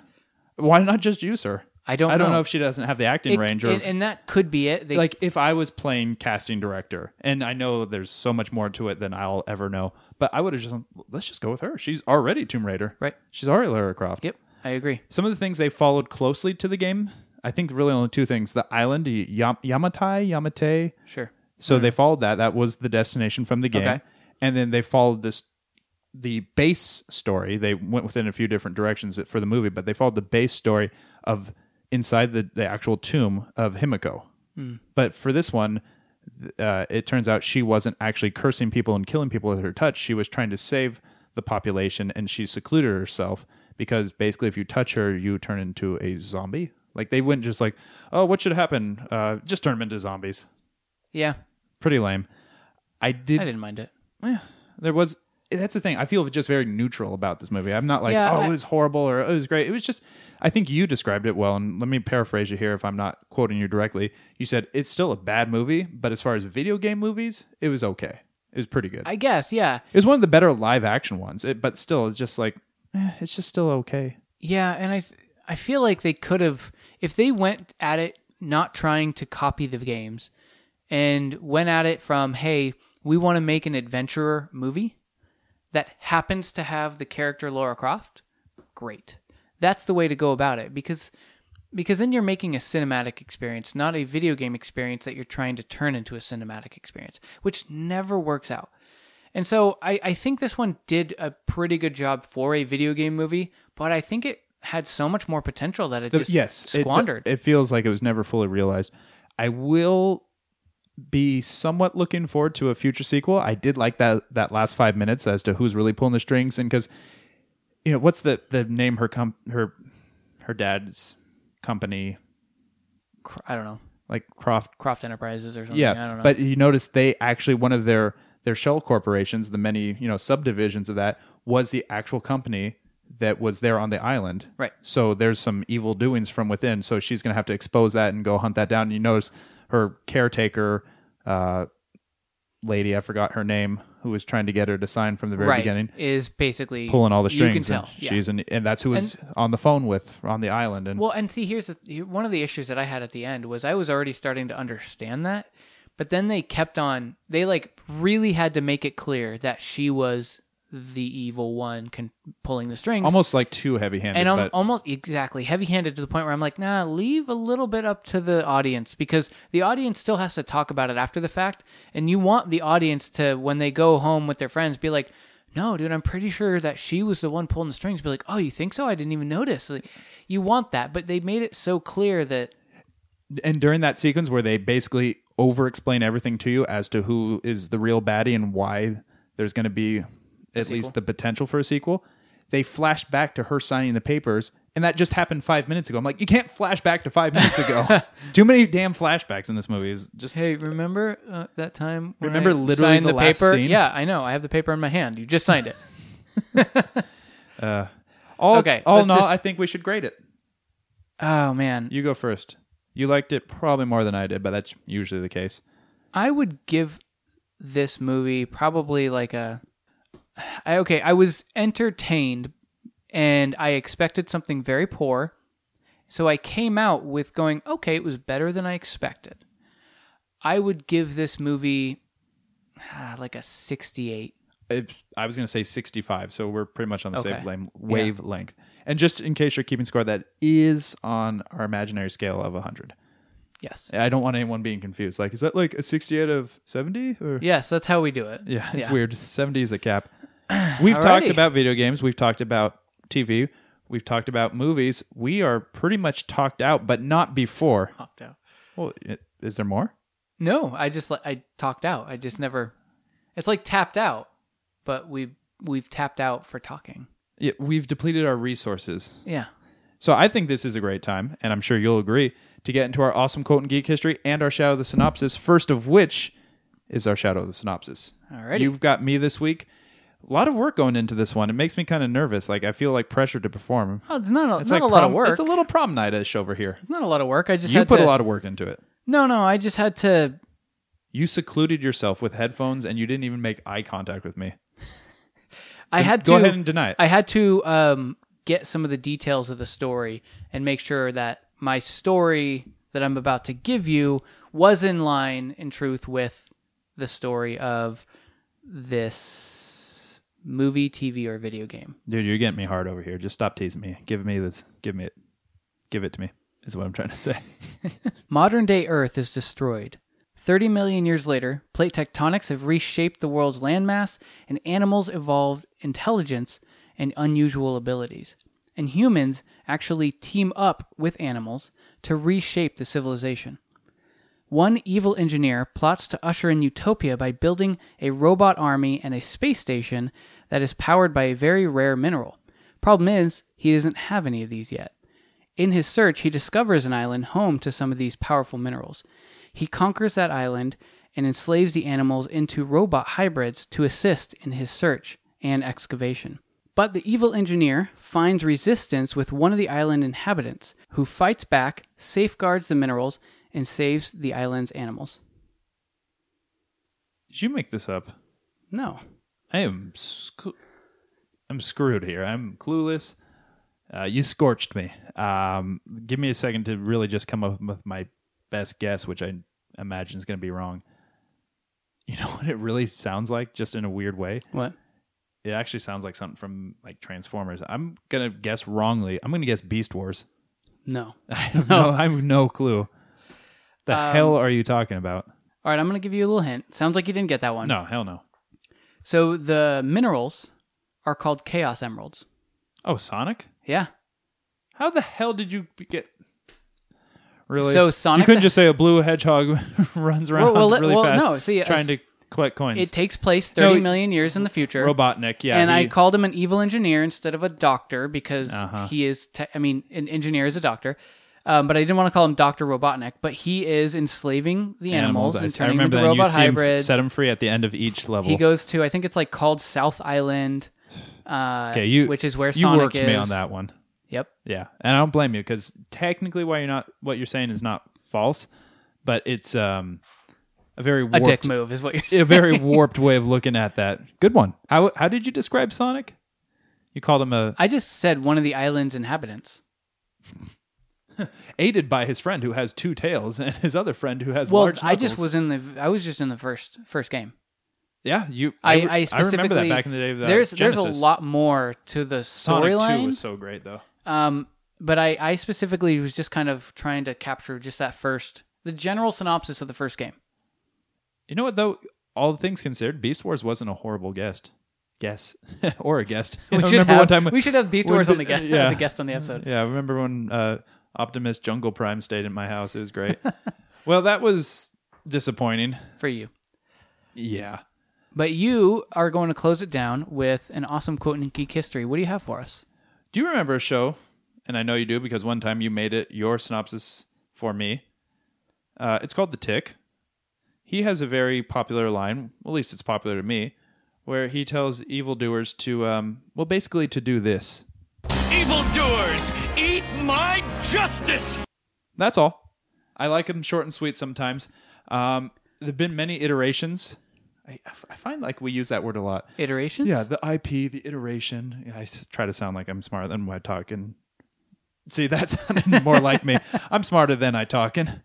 Speaker 1: why not just use her?
Speaker 2: I don't
Speaker 1: I don't
Speaker 2: know.
Speaker 1: know, if she doesn't have the acting
Speaker 2: It-
Speaker 1: range or
Speaker 2: and, and that could be it. They,
Speaker 1: like if I was playing casting director, and I know there's so much more to it than I'll ever know, but I would have just let's just go with her. She's already Tomb Raider,
Speaker 2: Right.
Speaker 1: She's already Lara Croft.
Speaker 2: yep, I agree.
Speaker 1: Some of the things they followed closely to the game, I think, really only two things: the island, y- Yam- Yamatai, Yamate.
Speaker 2: Sure.
Speaker 1: So they followed that. That was the destination from the game,
Speaker 2: Okay.
Speaker 1: and then they followed this the base story. They went within a few different directions for the movie, but they followed the base story of inside the, the actual tomb of Himiko. But for this one, th- uh, it turns out she wasn't actually cursing people and killing people with her touch. She was trying to save the population, and she secluded herself because basically, if you touch her, you turn into a zombie. Like they wouldn't just like, oh, what should happen? Uh, just turn them into zombies
Speaker 2: Yeah,
Speaker 1: pretty lame. I did.
Speaker 2: I didn't mind it.
Speaker 1: There was. That's the thing. I feel just very neutral about this movie. I'm not like,
Speaker 2: Yeah,
Speaker 1: oh,
Speaker 2: I-
Speaker 1: it was horrible or oh, it was great. It was just. I think you described it well, and let me paraphrase you here if I'm not quoting you directly. You said it's still a bad movie, but as far as video game movies, it was okay. It was pretty good.
Speaker 2: I guess. Yeah.
Speaker 1: it was one of the better live action ones, it, but still, it's just like eh, it's just still okay.
Speaker 2: Yeah, and I th- I feel like they could have if they went at it not trying to copy the games and went at it from hey, we want to make an adventurer movie that happens to have the character Laura Croft. Great. That's the way to go about it because because then you're making a cinematic experience, not a video game experience that you're trying to turn into a cinematic experience, which never works out. And so I, I think this one did a pretty good job for a video game movie, but I think it had so much more potential that it
Speaker 1: The-
Speaker 2: just
Speaker 1: yes, it-
Speaker 2: squandered.
Speaker 1: It, feels like it was never fully realized. I will be somewhat looking forward to a future sequel. I did like that that last five minutes as to who's really pulling the strings, and because you know what's the the name her com- her her dad's company
Speaker 2: Cro- I don't know.
Speaker 1: like Croft
Speaker 2: Croft Enterprises or something.
Speaker 1: Yeah,
Speaker 2: I don't know.
Speaker 1: but you notice they actually one of their their shell corporations, the many you know subdivisions of that, was the actual company that was there on the island.
Speaker 2: Right.
Speaker 1: So there's some evil doings from within. So she's gonna have to expose that and go hunt that down. And you notice her caretaker, uh, lady, I forgot her name, who was trying to get her to sign from the very
Speaker 2: right
Speaker 1: beginning,
Speaker 2: is basically
Speaker 1: pulling all the strings.
Speaker 2: You can tell.
Speaker 1: And
Speaker 2: yeah.
Speaker 1: She's an, and that's who was on the phone with on the island. And
Speaker 2: Well, and see, here's the, here- one of the issues that I had at the end was I was already starting to understand that, but then they kept on. They like really had to make it clear that she was the evil one con- pulling the strings.
Speaker 1: almost like too heavy handed.
Speaker 2: and I'm
Speaker 1: but
Speaker 2: almost exactly heavy-handed to the point where I'm like, nah, leave a little bit up to the audience because the audience still has to talk about it after the fact, and you want the audience to when they go home with their friends be like, no, dude, I'm pretty sure that she was the one pulling the strings. Be like, oh, you think so? I didn't even notice. Like, you want that, but they made it so clear that
Speaker 1: and during that sequence where they basically over explain everything to you as to who is the real baddie and why there's going to be at least the potential for a sequel they flash back to her signing the papers and that just happened five minutes ago i'm like you can't flash back to five minutes ago too many damn flashbacks in this movie is just
Speaker 2: hey, remember uh, that time? when
Speaker 1: Remember
Speaker 2: I
Speaker 1: literally
Speaker 2: signed
Speaker 1: the last
Speaker 2: paper?
Speaker 1: scene?
Speaker 2: Yeah, I know. I have the paper in my hand. You just signed it.
Speaker 1: all
Speaker 2: okay,
Speaker 1: all
Speaker 2: let's
Speaker 1: in all
Speaker 2: just-
Speaker 1: i think we should grade it
Speaker 2: oh man,
Speaker 1: you go first you liked it probably more than i did but that's usually the case
Speaker 2: I would give this movie probably like a I okay, I was entertained and I expected something very poor. So I came out with going, okay, it was better than I expected. I would give this movie ah, like a 68.
Speaker 1: it, I was going to say 65, so we're pretty much on the
Speaker 2: Okay.
Speaker 1: same lame- wavelength. And just in case you're keeping score, that is on our imaginary scale of 100.
Speaker 2: Yes.
Speaker 1: I don't want anyone being confused. Like, is that like a 60 out of 70? Or
Speaker 2: Yes, that's how we do it.
Speaker 1: yeah, it's
Speaker 2: Yeah.
Speaker 1: weird. 70 is a cap. We've talked
Speaker 2: Alrighty.
Speaker 1: about video games. We've talked about TV. We've talked about movies. We are pretty much talked out, but not before.
Speaker 2: Talked out.
Speaker 1: Well, i- is there more?
Speaker 2: No, I just let- I talked out. I just never It's like tapped out, but we we've tapped out for talking.
Speaker 1: Yeah, we've depleted our resources.
Speaker 2: Yeah.
Speaker 1: So I think this is a great time, and I'm sure you'll agree, to get into our awesome quote and geek history and our Shadow of the Synopsis, first of which is our Shadow of the Synopsis.
Speaker 2: Alrighty.
Speaker 1: You've got me this week. A lot of work going into this one. It makes me kind of nervous. Like, I feel like pressure to perform.
Speaker 2: Oh, it's not a,
Speaker 1: It's
Speaker 2: not
Speaker 1: like
Speaker 2: a lot
Speaker 1: prom-
Speaker 2: of work.
Speaker 1: It's a little prom night-ish over here.
Speaker 2: not a lot of work. I just
Speaker 1: You
Speaker 2: had
Speaker 1: put
Speaker 2: to,
Speaker 1: a lot of work into it.
Speaker 2: No, no, I just had to.
Speaker 1: You secluded yourself with headphones, and you didn't even make eye contact with me.
Speaker 2: I had
Speaker 1: Go
Speaker 2: to.
Speaker 1: ahead and deny it.
Speaker 2: I had to um, get some of the details of the story and make sure that my story that I'm about to give you was in line, in truth, with the story of this movie, TV, or video game.
Speaker 1: Dude, you're getting me hard over here. Just stop teasing me. Give me this. Give me it. Give it to me. Is what I'm trying to say.
Speaker 2: Modern day Earth is destroyed. 30 million years later, plate tectonics have reshaped the world's landmass, and animals evolved intelligence and unusual abilities. And humans actually team up with animals to reshape the civilization. One evil engineer plots to usher in utopia by building a robot army and a space station that is powered by a very rare mineral. Problem is, he doesn't have any of these yet. In his search, he discovers an island home to some of these powerful minerals. He conquers that island and enslaves the animals into robot hybrids to assist in his search and excavation. But the evil engineer finds resistance with one of the island inhabitants, who fights back, safeguards the minerals, and saves the island's animals.
Speaker 1: Did you make this up?
Speaker 2: No.
Speaker 1: I am. Sc- I'm screwed here. I'm clueless. Uh, you scorched me. Um, give me a second to really just come up with my best guess, which I imagine is going to be wrong. You know what it really sounds like, just in a weird way?
Speaker 2: What?
Speaker 1: It actually sounds like something from like Transformers. I'm going to guess wrongly. I'm going to guess Beast Wars.
Speaker 2: No.
Speaker 1: I have no, I have no clue. The hell are you talking about?
Speaker 2: All right, I'm going to give you a little hint. Sounds like you didn't get that one.
Speaker 1: No, hell no.
Speaker 2: So the minerals are called chaos emeralds.
Speaker 1: Oh, Sonic?
Speaker 2: Yeah.
Speaker 1: How the hell did you b- get? Really?
Speaker 2: So Sonic
Speaker 1: You couldn't
Speaker 2: the-
Speaker 1: just say a blue hedgehog runs around
Speaker 2: well, let-
Speaker 1: really
Speaker 2: well,
Speaker 1: fast,
Speaker 2: no, see,
Speaker 1: trying to
Speaker 2: it's-
Speaker 1: collect coins.
Speaker 2: It takes place thirty million
Speaker 1: it-
Speaker 2: years in the future.
Speaker 1: Robotnik, yeah.
Speaker 2: and I
Speaker 1: he-
Speaker 2: called him an evil engineer instead of a doctor because
Speaker 1: Uh-huh.
Speaker 2: he is. Te- I mean, an engineer is a doctor, um, but I didn't want to call him Doctor Robotnik. But he is enslaving the animals,
Speaker 1: I-
Speaker 2: and
Speaker 1: I
Speaker 2: turning them
Speaker 1: remember
Speaker 2: into
Speaker 1: that.
Speaker 2: robot
Speaker 1: you see him f-
Speaker 2: hybrids.
Speaker 1: set him free at the end of each level.
Speaker 2: he goes to I think it's like called South Island. Uh,
Speaker 1: okay, you,
Speaker 2: which is where
Speaker 1: you
Speaker 2: Sonic
Speaker 1: worked me
Speaker 2: is.
Speaker 1: on that one.
Speaker 2: Yep.
Speaker 1: Yeah, and I don't blame you because technically, why you're not what you're saying is not false, but it's um a very
Speaker 2: A
Speaker 1: warped,
Speaker 2: dick move is what you're saying.
Speaker 1: a very warped way of looking at that. Good one. How how did you describe Sonic? You called him a
Speaker 2: I just said one of the island's inhabitants.
Speaker 1: aided by his friend who has two tails and his other friend who has
Speaker 2: Well,
Speaker 1: large
Speaker 2: I just
Speaker 1: knuckles.
Speaker 2: was in the I was just in the first first game.
Speaker 1: yeah you
Speaker 2: I,
Speaker 1: re-
Speaker 2: I, specifically
Speaker 1: remember that back in the day of the
Speaker 2: there's there's
Speaker 1: Genesis.
Speaker 2: a lot more to the
Speaker 1: Sonic 2
Speaker 2: storyline.
Speaker 1: was so great though
Speaker 2: Um, but I, I specifically was just kind of trying to capture just that first, the general synopsis of the first game.
Speaker 1: you know what though all things considered Beast Wars wasn't a horrible guest guest or a guest I remember
Speaker 2: have,
Speaker 1: one time
Speaker 2: we should have Beast
Speaker 1: when
Speaker 2: Wars on
Speaker 1: the-
Speaker 2: the guest
Speaker 1: yeah.
Speaker 2: as a guest on the episode.
Speaker 1: yeah I remember when uh, Optimus Jungle Prime stayed at my house it was great well that was disappointing
Speaker 2: for you.
Speaker 1: yeah
Speaker 2: But you are going to close it down with an awesome quote in geek history. What do you have for us?
Speaker 1: Do you remember a show? And I know you do because one time you made it your synopsis for me. Uh, it's called The Tick. He has a very popular line, at least it's popular to me, where he tells evildoers to, um, well, basically to do this.
Speaker 4: Evildoers, eat my justice!
Speaker 1: That's all. I like them short and sweet sometimes. Um, there have been many iterations. I, I find like we use that word a lot.
Speaker 2: Iterations?
Speaker 1: Yeah, the IP, the iteration. Yeah, I s- try to sound like I'm smarter than what I talk, and see that sounded more like me. I'm smarter than I talk, and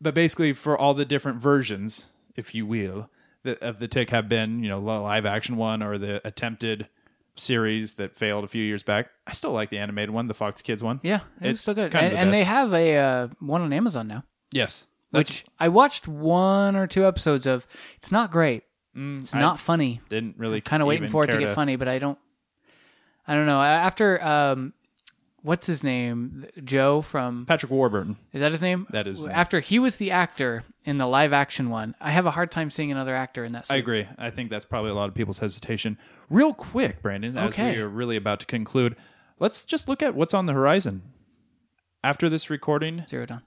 Speaker 1: but basically for all the different versions, if you will, that of the tick have been you know the live action one or the attempted series that failed a few years back. I still like the animated one, the Fox Kids one.
Speaker 2: Yeah, it was
Speaker 1: It's
Speaker 2: so good.
Speaker 1: kind of
Speaker 2: and
Speaker 1: the
Speaker 2: and they
Speaker 1: best.
Speaker 2: have a uh, one on Amazon now,
Speaker 1: Yes,
Speaker 2: which I watched one or two episodes of. It's not great.
Speaker 1: Mm,
Speaker 2: it's not funny.
Speaker 1: didn't really
Speaker 2: kind of waiting
Speaker 1: even
Speaker 2: for it to
Speaker 1: care
Speaker 2: get funny, but I don't. I don't know. A- After um, what's his name? Joe from
Speaker 1: Patrick Warburton.
Speaker 2: is that his name?
Speaker 1: That is his name.
Speaker 2: After he was the actor in the live action one, I have a hard time seeing another actor in that.
Speaker 1: I
Speaker 2: suit.
Speaker 1: agree. I think that's probably a lot of people's hesitation. Real quick, Brandon, as
Speaker 2: Okay.
Speaker 1: we are really about to conclude, let's just look at what's on the horizon. After this recording,
Speaker 2: Zero Dawn.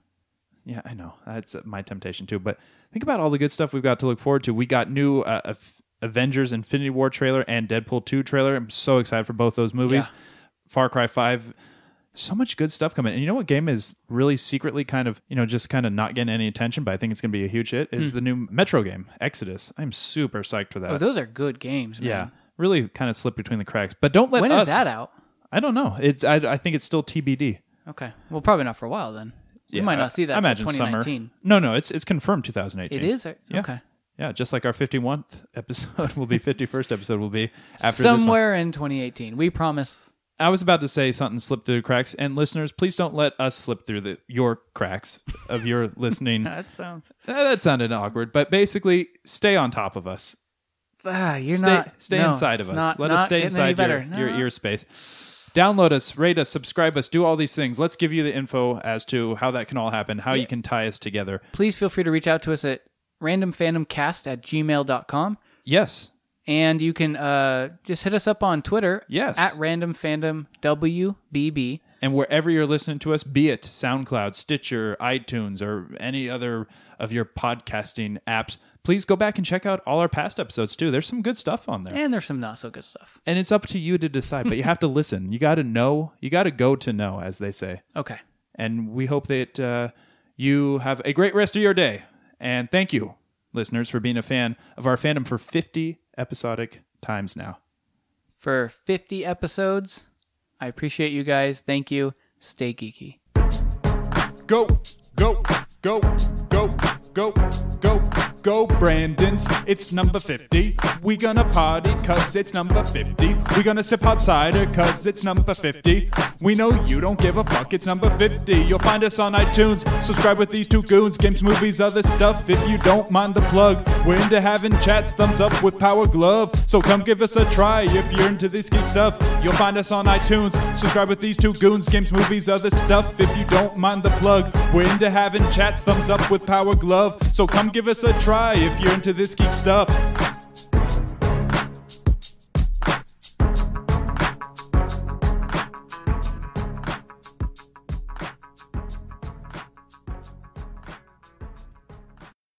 Speaker 1: yeah, I know that's my temptation too. But think about all the good stuff we've got to look forward to. We got new uh, Af- Avengers: Infinity War trailer and Deadpool two trailer. I'm so excited for both those movies. Far Cry five. So much good stuff coming. And you know what game is really secretly kind of, you know, just kind of not getting any attention, but I think it's going to be a huge hit is the new Metro game, Exodus. I'm super psyched for that.
Speaker 2: Hmm. Oh, those are good games. Man.
Speaker 1: Yeah, really kind of slipped between the cracks. But don't let
Speaker 2: When is
Speaker 1: us.
Speaker 2: that out?
Speaker 1: I don't know. It's I, I think it's still TBD.
Speaker 2: Okay. Well, probably not for a while then. You
Speaker 1: Yeah,
Speaker 2: might not see that
Speaker 1: I
Speaker 2: until
Speaker 1: imagine summer.
Speaker 2: 2019.
Speaker 1: No, no, it's it's confirmed 2018.
Speaker 2: It is. uh,
Speaker 1: Yeah.
Speaker 2: Okay.
Speaker 1: Yeah, just like our 51th episode will be 51st episode will be after this one.
Speaker 2: Somewhere in 2018, we promise.
Speaker 1: I was about to say something slipped through the cracks, and listeners, please don't let us slip through the your cracks of your listening. Uh,
Speaker 2: That sounds.
Speaker 1: that sounded awkward, but basically, stay on top of us.
Speaker 2: Ah, you're
Speaker 1: stay,
Speaker 2: not.
Speaker 1: stay
Speaker 2: no,
Speaker 1: inside of us.
Speaker 2: it's not-
Speaker 1: Let
Speaker 2: not
Speaker 1: us stay
Speaker 2: getting any
Speaker 1: inside your,
Speaker 2: better. No.
Speaker 1: your ear space. Download us, rate us, subscribe us, do all these things. Let's give you the info as to how that can all happen, how you can tie us together.
Speaker 2: please feel free to reach out to us at randomfandomcast at gmail.com.
Speaker 1: Yes.
Speaker 2: And you can uh, just hit us up on Twitter.
Speaker 1: Yes.
Speaker 2: At randomfandomwbb.
Speaker 1: And wherever you're listening to us, be it SoundCloud, Stitcher, iTunes, or any other of your podcasting apps, please go back and check out all our past episodes too. There's some good stuff on there.
Speaker 2: And there's some not so good stuff.
Speaker 1: and it's up to you to decide, but you have to listen. You got to know. You got to go to know, as they say.
Speaker 2: Okay.
Speaker 1: And we hope that uh, you have a great rest of your day. And thank you, listeners, for being a fan of our fandom for 50 episodic times now.
Speaker 2: for 50 episodes. I appreciate you guys. Thank you. Stay geeky.
Speaker 1: Go, go, go, go, go, go, go, Brandon's. It's number 50. We gonna party cause it's number 50. We gonna sip hot cider cause it's number 50. We know you don't give a fuck, it's number 50. You'll find us on iTunes. Subscribe with these two goons, games, movies, other stuff. If you don't mind the plug, we're into having chats, thumbs up with Power Glove. So come give us a try if you're into this geek stuff. You'll find us on iTunes. Subscribe with these two goons, games, movies, other stuff. If you don't mind the plug, we're into having chats, thumbs up with Power Glove. So come give us a try if you're into this geek stuff.